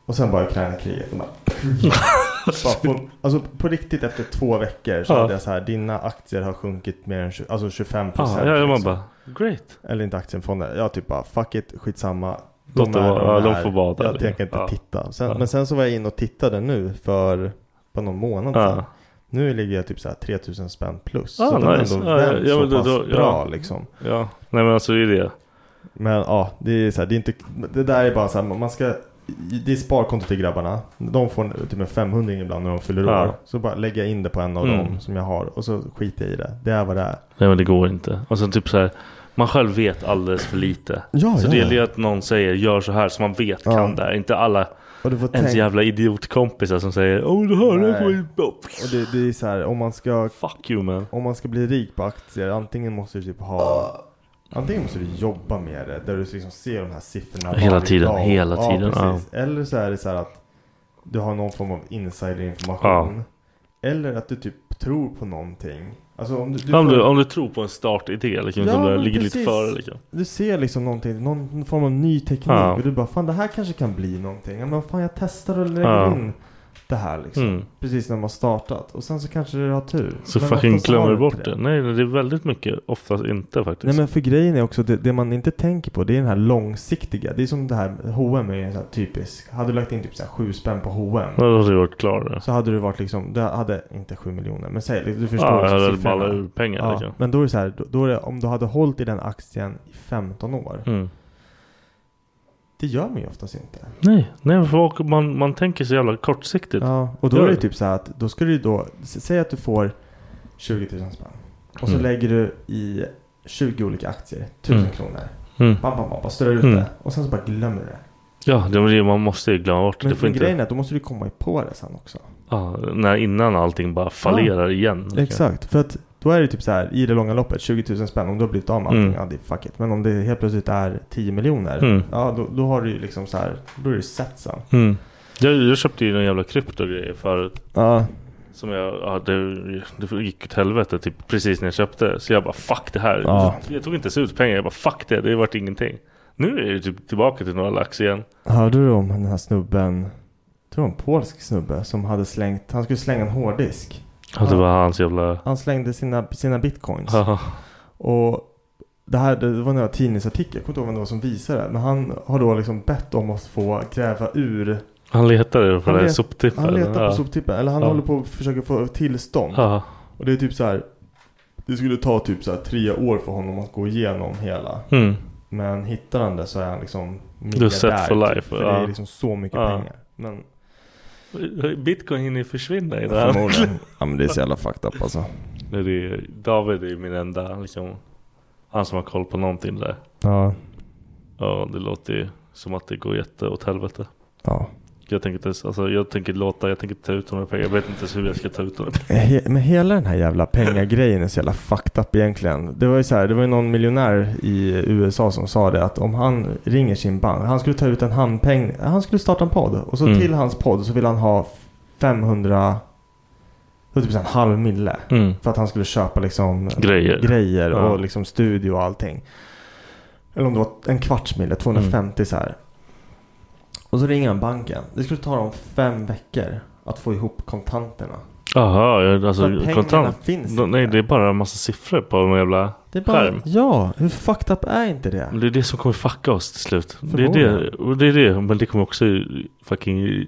Och sen bara Ukraina-kriget. och Bara, bara på, alltså på riktigt efter två veckor så Ja. hade jag så här, dina aktier har sjunkit mer än tju- alltså 25 procent. liksom. Ah, ja, ja, man bara, great. Eller inte aktiefonder. Jag typ bara fuck it, skitsamma. Låt det vara, ja, de får vara där, Jag liksom. tänker inte Ja. titta. Sen, Ja. Men sen så var jag inne och tittade nu för på någon månad Ja. sedan. Nu ligger jag typ så här 3000 spänn plus. Ah, så den har nice. ändå Ja, vänt ja, ja, så men då- pass då- ja. bra liksom. Ja, nej men alltså det är det. Men ja, det är så här, det är inte, det där är bara så här, man ska, det är ssparkonto till grabbarna. De får typ en 500 ibland när de fyller Ja. år. Så bara lägger jag in det på en av Mm. dem som jag har och så skiter jag i det. Det är vad det är. Nej men det går inte. Och sen typ så här. Man själv vet alldeles för lite. Ja, så ja, det ja. gäller ju att någon säger gör så här som man vet Ja. kan det här. Inte alla Och du får ens tänka- jävla idiotkompisar som säger Åh det här det Nej. var ju bra. Och det, det är så här, om man ska, Fuck you man. om man ska bli rik på aktier, antingen måste du typ ha Antingen måste du jobba med det, där du liksom ser de här siffrorna Hela varje tiden, hela ja, tiden, ja. precis. Eller så är det så här att du har någon form av insiderinformation. Eller att du typ tror på någonting. Alltså om du, du om, får- du, om du tror på en startidé liksom. Ja, som du men ligger precis. lite före liksom. Du ser liksom någonting, någon form av ny teknik Ja. och du bara fan det här kanske kan bli någonting. Ja, men fan jag testar och lägger Ja. in det här liksom. Mm. Precis när man startat. Och sen så kanske du har tur. Så Men fucking oftast har glömmer du du inte bort det. Nej nej, det är väldigt mycket. Oftast inte faktiskt. Nej men för grejen är också, det, det man inte tänker på det är den här långsiktiga. Det är som det här, H&M är ju så här typisk. Hade du lagt in typ så här sju spänn på H&M Då hade du varit klar. alltså. så hade du varit liksom, du hade inte sju miljoner men säg, du förstår Ja, jag också hade siffrorna. ballat ur pengar Ja, liksom. Men då är det så här, då, då är det, om du hade hållit i den aktien i 15 år. Mm. Det gör man ju oftast inte. Nej, nej för man, man tänker så jävla kortsiktigt. Ja, och då Gör är det det. typ så här att då ska du ju då, s- säg att du får 20 000 spänn. Och så Mm. lägger du i 20 olika aktier, 1000 Mm. kronor. Mm. Bam, bam, bam, bara strör ut Mm. det. Och sen så bara glömmer du det. Ja, det, det- man måste ju glömma bort det. Men det. Får men grejen inte, är att då måste du komma på det sen också. ja, när, innan allting bara fallerar igen. liksom. Exakt. För att då är det typ så här i det långa loppet, 20 000 spänn. Om du har blivit av med allting, Mm. ja det är fuck it. Men om det helt plötsligt är 10 miljoner. Mm. Ja då, då har du ju liksom så här, då är det sett sen. Mm. Jag, jag köpte ju någon jävla kryptogrej förut. Ja. Som jag, ja, det, det gick åt helvete typ precis när jag köpte. Så jag bara fuck det här. Ja. Jag tog inte ens ut pengar. Jag bara fuck det. Det har varit ingenting. Nu är det typ tillbaka till några lax igen. Hörde du om den här snubben? Jag tror det var en polsk snubbe som hade slängt, han skulle slänga en hårddisk. Ja, det var hans jävla... Han slängde sina, sina bitcoins. Ja. Och det här det var en tidningsartikel, jag kommer inte ihåg vem det var som visade det. Men han har då liksom bett om att få gräva ur Han letade på Han den här let- soptippen. Han letar ja. på soptippen, eller han Ja. håller på att försöka få tillstånd. Ja. Och det är typ så här. Det skulle ta typ så här tre år för honom att gå igenom hela. Mm. Men hittar han det så är han liksom Du är set miljardär, for life, Typ, för ja. det är liksom så mycket Ja. pengar. Men Hmm. Bitcoin hinner ju försvinna i det här. Ja men det är så jävla fucked up alltså. Nej, det är, David är ju min enda liksom, Han som har koll på någonting där Ja. Ja det låter ju som att det går jätte åt helvete ja. Jag tänker inte ens, alltså jag tänker låta, jag tänker ta ut några pengar Jag vet inte ens hur jag ska ta ut några pengar Eh, He- Men hela den här jävla pengagrejen är så jävla fucked up egentligen. Det var ju så här, det var ju någon miljonär i USA som sa det att om han ringer sin bank, han skulle ta ut en handpeng, han skulle starta en podd och så Mm. till hans podd så vill han ha 500, det var typ så här en halv mille. mm. För att han skulle köpa liksom Grejer. grejer och Ja. liksom studio och allting. Eller om det var en kvarts mille, 250 Mm. så här. Och så ringer han banken. Det skulle ta dem fem veckor att få ihop kontanterna. Aha, jag, alltså För pengarna kontant finns De- Nej inte. det är bara en massa siffror på en jävla Det är bara, skärm ja, hur fucked up är inte det? Men Det är det som kommer fucka oss till slut det är det, Förmodligen. och det är det, men det kommer också fucking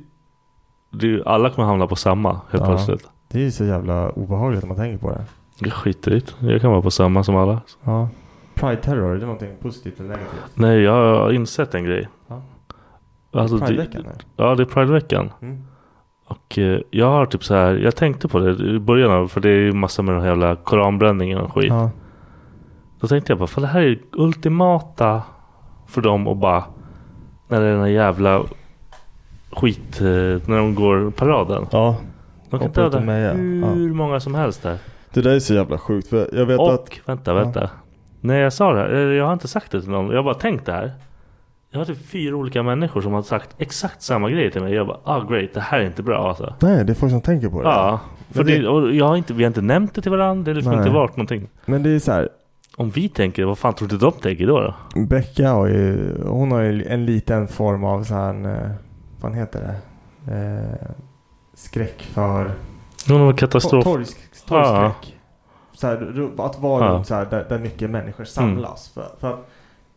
det, Alla kommer hamna på samma helt Ja. plötsligt Det är ju så jävla obehagligt när man tänker på det. Jag skiter i det, jag kan vara på samma som alla Ja. Pride terror, är det någonting positivt eller negativt? Nej, jag har insett en grej. Ja. Alltså, Prideveckan det, eller? Ja, det är Prideveckan. Mm. Och eh, jag har typ så här, jag tänkte på det i början av, för det är ju massa med den här jävla koranbränningen och skit. Ja. Då tänkte jag bara, för det här är ultimata för dem att bara, när det är den här jävla skit, eh, när de går paraden. Ja. De De kan Hoppa ut döda och meja. hur många som helst där. Det där är så jävla sjukt för jag vet och, att... vänta, vänta. När jag sa det här, eller jag har inte sagt det till någon. Jag har bara tänkt det här. Jag har typ fyra olika människor som har sagt exakt samma grej till mig. Jag bara, ah great, det här är inte bra alltså. Nej, det är folk som tänker på det. Ja, för Men det- det, och jag har inte, vi har inte nämnt det till varandra. Det har liksom Nej. inte varit någonting. Men det är så här. Om vi tänker, vad fan tror du de tänker då? då? Becka har ju, hon har ju en liten form av så här, eh, vad heter det? Eh, skräck för... Någon av katastrof- Tor- torgsk- Torgskräck. Så här, ru- att vara Ja. runt så här, där, där mycket människor samlas. För, för att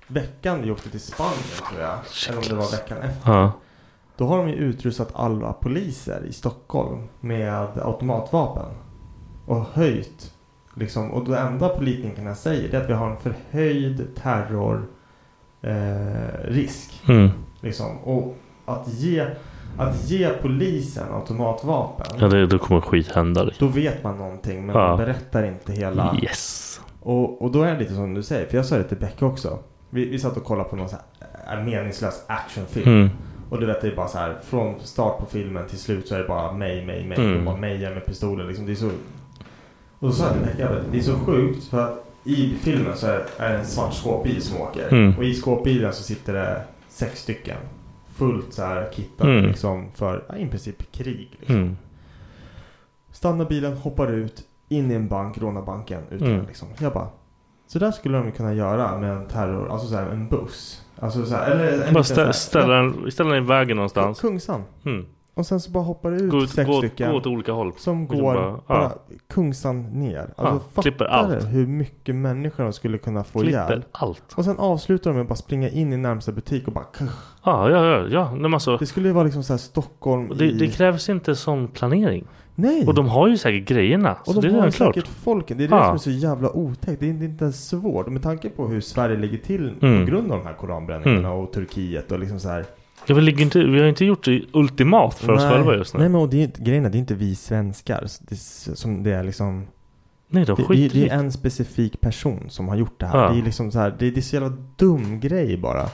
veckan vi åkte till Spanien tror jag, eller om det var veckan efter. Ja. Då har de ju utrustat alla poliser i Stockholm med automatvapen. Och höjt. Liksom, och det enda politikerna säger det är att vi har en förhöjd terrorrisk. Eh, risk. Mm. liksom. Och att ge, att ge polisen automatvapen. Ja, det, då kommer skit hända. liksom. Då vet man någonting men Ja. man berättar inte hela. Yes. Och, och då är det lite som du säger. För jag sa det till Becka också. Vi, vi satt och kollade på någon så här eh, meningslös actionfilm. Mm. Och du vet det är bara så här. Från start på filmen till slut så är det bara mig, mig, mig. Mm. Och bara mejar med pistolen. Liksom, det är så... Och så sa jag till Becka. Det är så sjukt. För att i filmen så är, är det en svart skåpbil som åker. Mm. Och i skåpbilen så sitter det sex stycken. Fullt så här kittade Mm. liksom för ja, i princip krig. Liksom. Mm. Stannar bilen, hoppar ut, in i en bank, rånar banken. Ut Mm. mm. liksom. Jag bara, så där skulle de ju kunna göra med en terror, alltså så här, en buss. Alltså så här, eller en liten Bara så stä, här- ställa den, ställa den i vägen Ja, någonstans. Kungsan. Mm. Och sen så bara hoppar det ut, Gå ut- sex gå åt- stycken. gå åt olika håll. Som Liksom går bara, bara, ja. Kungsan ner. Ja, Alltså klipper fattar allt. du hur mycket människor de skulle kunna få Klipper ihjäl? allt. Och sen avslutar de med att bara springa in i närmsta butik och bara kusch. Ja, ja, ja. ja. Nej, men alltså, Det skulle ju vara liksom så här Stockholm det, i... det krävs inte sån planering. Nej. Och de har ju säkert grejerna. Och så de det är har redan klart. säkert folken. Det är det Ja. som är så jävla otäckt. Det är inte, inte ens svårt. Med tanke på hur Sverige ligger till Mm. på grund av de här koranbränningarna Mm. och Turkiet och liksom så här. Ja, vi, ligger inte, vi har inte gjort det ultimat för oss Nej. själva just nu. Nej men och det är, ju inte- grejen är, det är inte vi svenskar s- det, är s- som det är liksom. Nej, de det, skiter det, det i är en specifik person som har gjort det här. Ja. Det är liksom så här. Det, det är så jävla dum grej bara.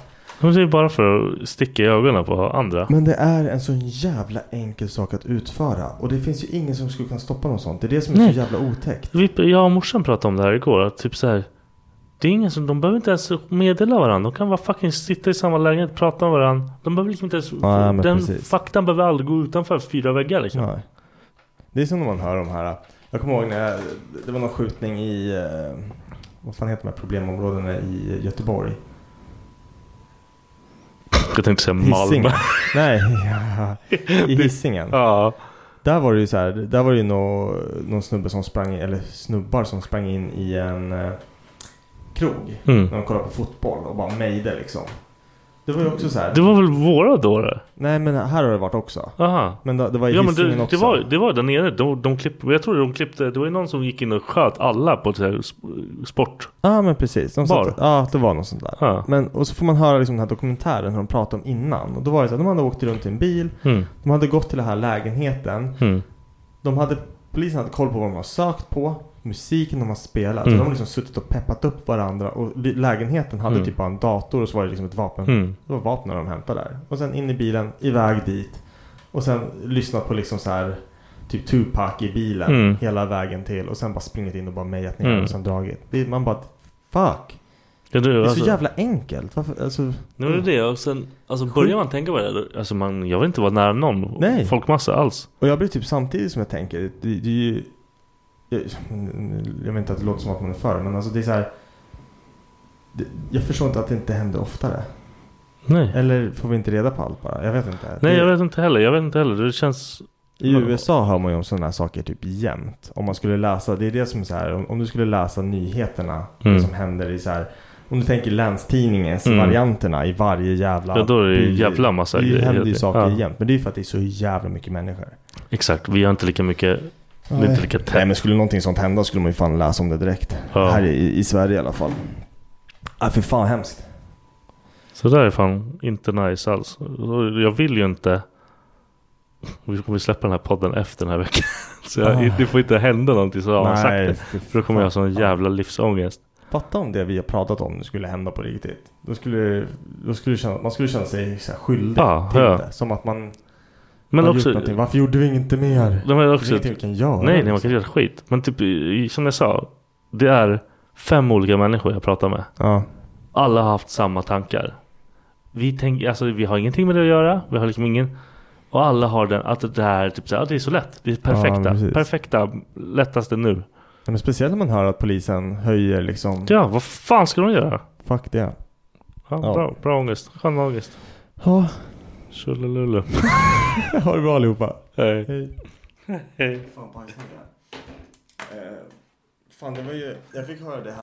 De säger bara för att sticka i ögonen på andra. Men det är en sån jävla enkel sak att utföra. Och det finns ju ingen som skulle kunna stoppa något sånt. Det är det som är Nej. så jävla otäckt. Vi, jag och morsan pratade om det här igår. Att typ så här, det är ingen som, de behöver inte ens meddela varandra. De kan bara fucking sitta i samma lägenhet, prata med varandra. De behöver liksom inte ens... Ja, men den precis. faktan behöver aldrig gå utanför fyra väggar liksom. Nej. Det är som när man hör de här. Jag kommer ihåg när jag, det var någon skjutning i, eh, vad fan heter de här problemområdena i Göteborg? Jag tänkte säga Hisingen. Malmö. Nej, ja. i Hisingen. Ja. Där var det ju så här, där var det ju nå, någon snubbe som sprang, eller snubbar som sprang in i en eh, krog. Mm. När de kollade på fotboll och bara mejde liksom. Det var ju också så här. Det var väl våra dårar? Nej men här har det varit också. Aha. Men det, det var i Ja men Hisingen det, också. det, var, det var där nere. De, de klipp, jag tror de klippte. Det var ju någon som gick in och sköt alla på ett så här sp- sport. Ja men precis. De Bar. satt, ja det var något sånt där. Ja. Men, och så får man höra liksom den här dokumentären hur de pratade om innan. Och då var det så att de hade åkt runt i en bil. Mm. De hade gått till den här lägenheten. Mm. De hade, polisen hade koll på vad de har sökt på. Musiken de har spelat. Så Mm. de har liksom suttit och peppat upp varandra. Och li- lägenheten hade Mm. typ bara en dator och så var det liksom ett vapen. Mm. Det var vapnen de hämtade där. Och sen in i bilen, iväg dit. Och sen lyssnat på liksom så här typ Tupac i bilen Mm. hela vägen till. Och sen bara springit in och bara mejat ner Mm. och sen dragit. Det, man bara fuck. Ja, det, Det är alltså, så jävla enkelt. Varför, alltså, Nu är det det och sen alltså, börjar man tänka på det här, Alltså man, jag vill inte vara nära någon Nej. folkmassa alls. Och jag blir typ samtidigt som jag tänker, det, det är ju... Jag, jag vet inte att det låter som att man är för men alltså det är så här. Det, jag förstår inte att det inte händer oftare. Nej. Eller får vi inte reda på allt bara? Jag vet inte. Nej det, jag vet inte heller. Jag vet inte heller. Det känns... I USA hör man ju om sådana här saker typ jämt. Om man skulle läsa, det är det som är så här, om, om du skulle läsa nyheterna, Mm. vad som händer i så här. Om du tänker länstidningens Mm. varianterna i varje jävla... Ja, då är det ju by. jävla massa Det grejer händer hela ju tiden. saker Ja. jämt. Men det är ju för att det är så jävla mycket människor. Exakt. Vi har inte lika mycket... vi har Nej. Inte lika tätt. Nej men skulle någonting sånt hända skulle man ju fan läsa om det direkt. Ja. Här i, i Sverige i alla fall. Ja för fan hemskt. Så där är fan inte nice alls. Och Jag vill ju inte... Vi kommer släppa den här podden efter den här veckan. Så jag, Ah. det får inte hända någonting så har han sagt Nej, det. fy För då kommer jag ha sån jävla livsångest. Fatta om det vi har pratat om nu skulle hända på riktigt. Då skulle, då skulle känna, man skulle känna sig så här skyldig Ja, till ja. det. Som att man Ah, Men Man har också- gjort någonting. Varför gjorde vi inte mer? De är också... Ingenting vi kan göra. Nej, nej, liksom. man kan inte göra skit. Men typ, i- som jag sa. Det är fem olika människor jag pratar med. Ja. Alla har haft samma tankar. Vi, tänk, alltså, vi har ingenting med det att göra. Vi har liksom ingen... Och alla har den att det här typ så här, "Ah, det är så lätt. Det är men perfekta. precis. perfekta, lättaste nu. Ja, Men speciellt när man hör att polisen höjer liksom... Ja, vad fan ska de göra? Fuck det. Ja, Ja. Bra, bra ångest. Skön ångest. Ja. Tjolilulu. ha det bra allihopa. Hej. Fan, bajsnödig jag är. Eh, Fan, det var ju... Jag fick höra det här.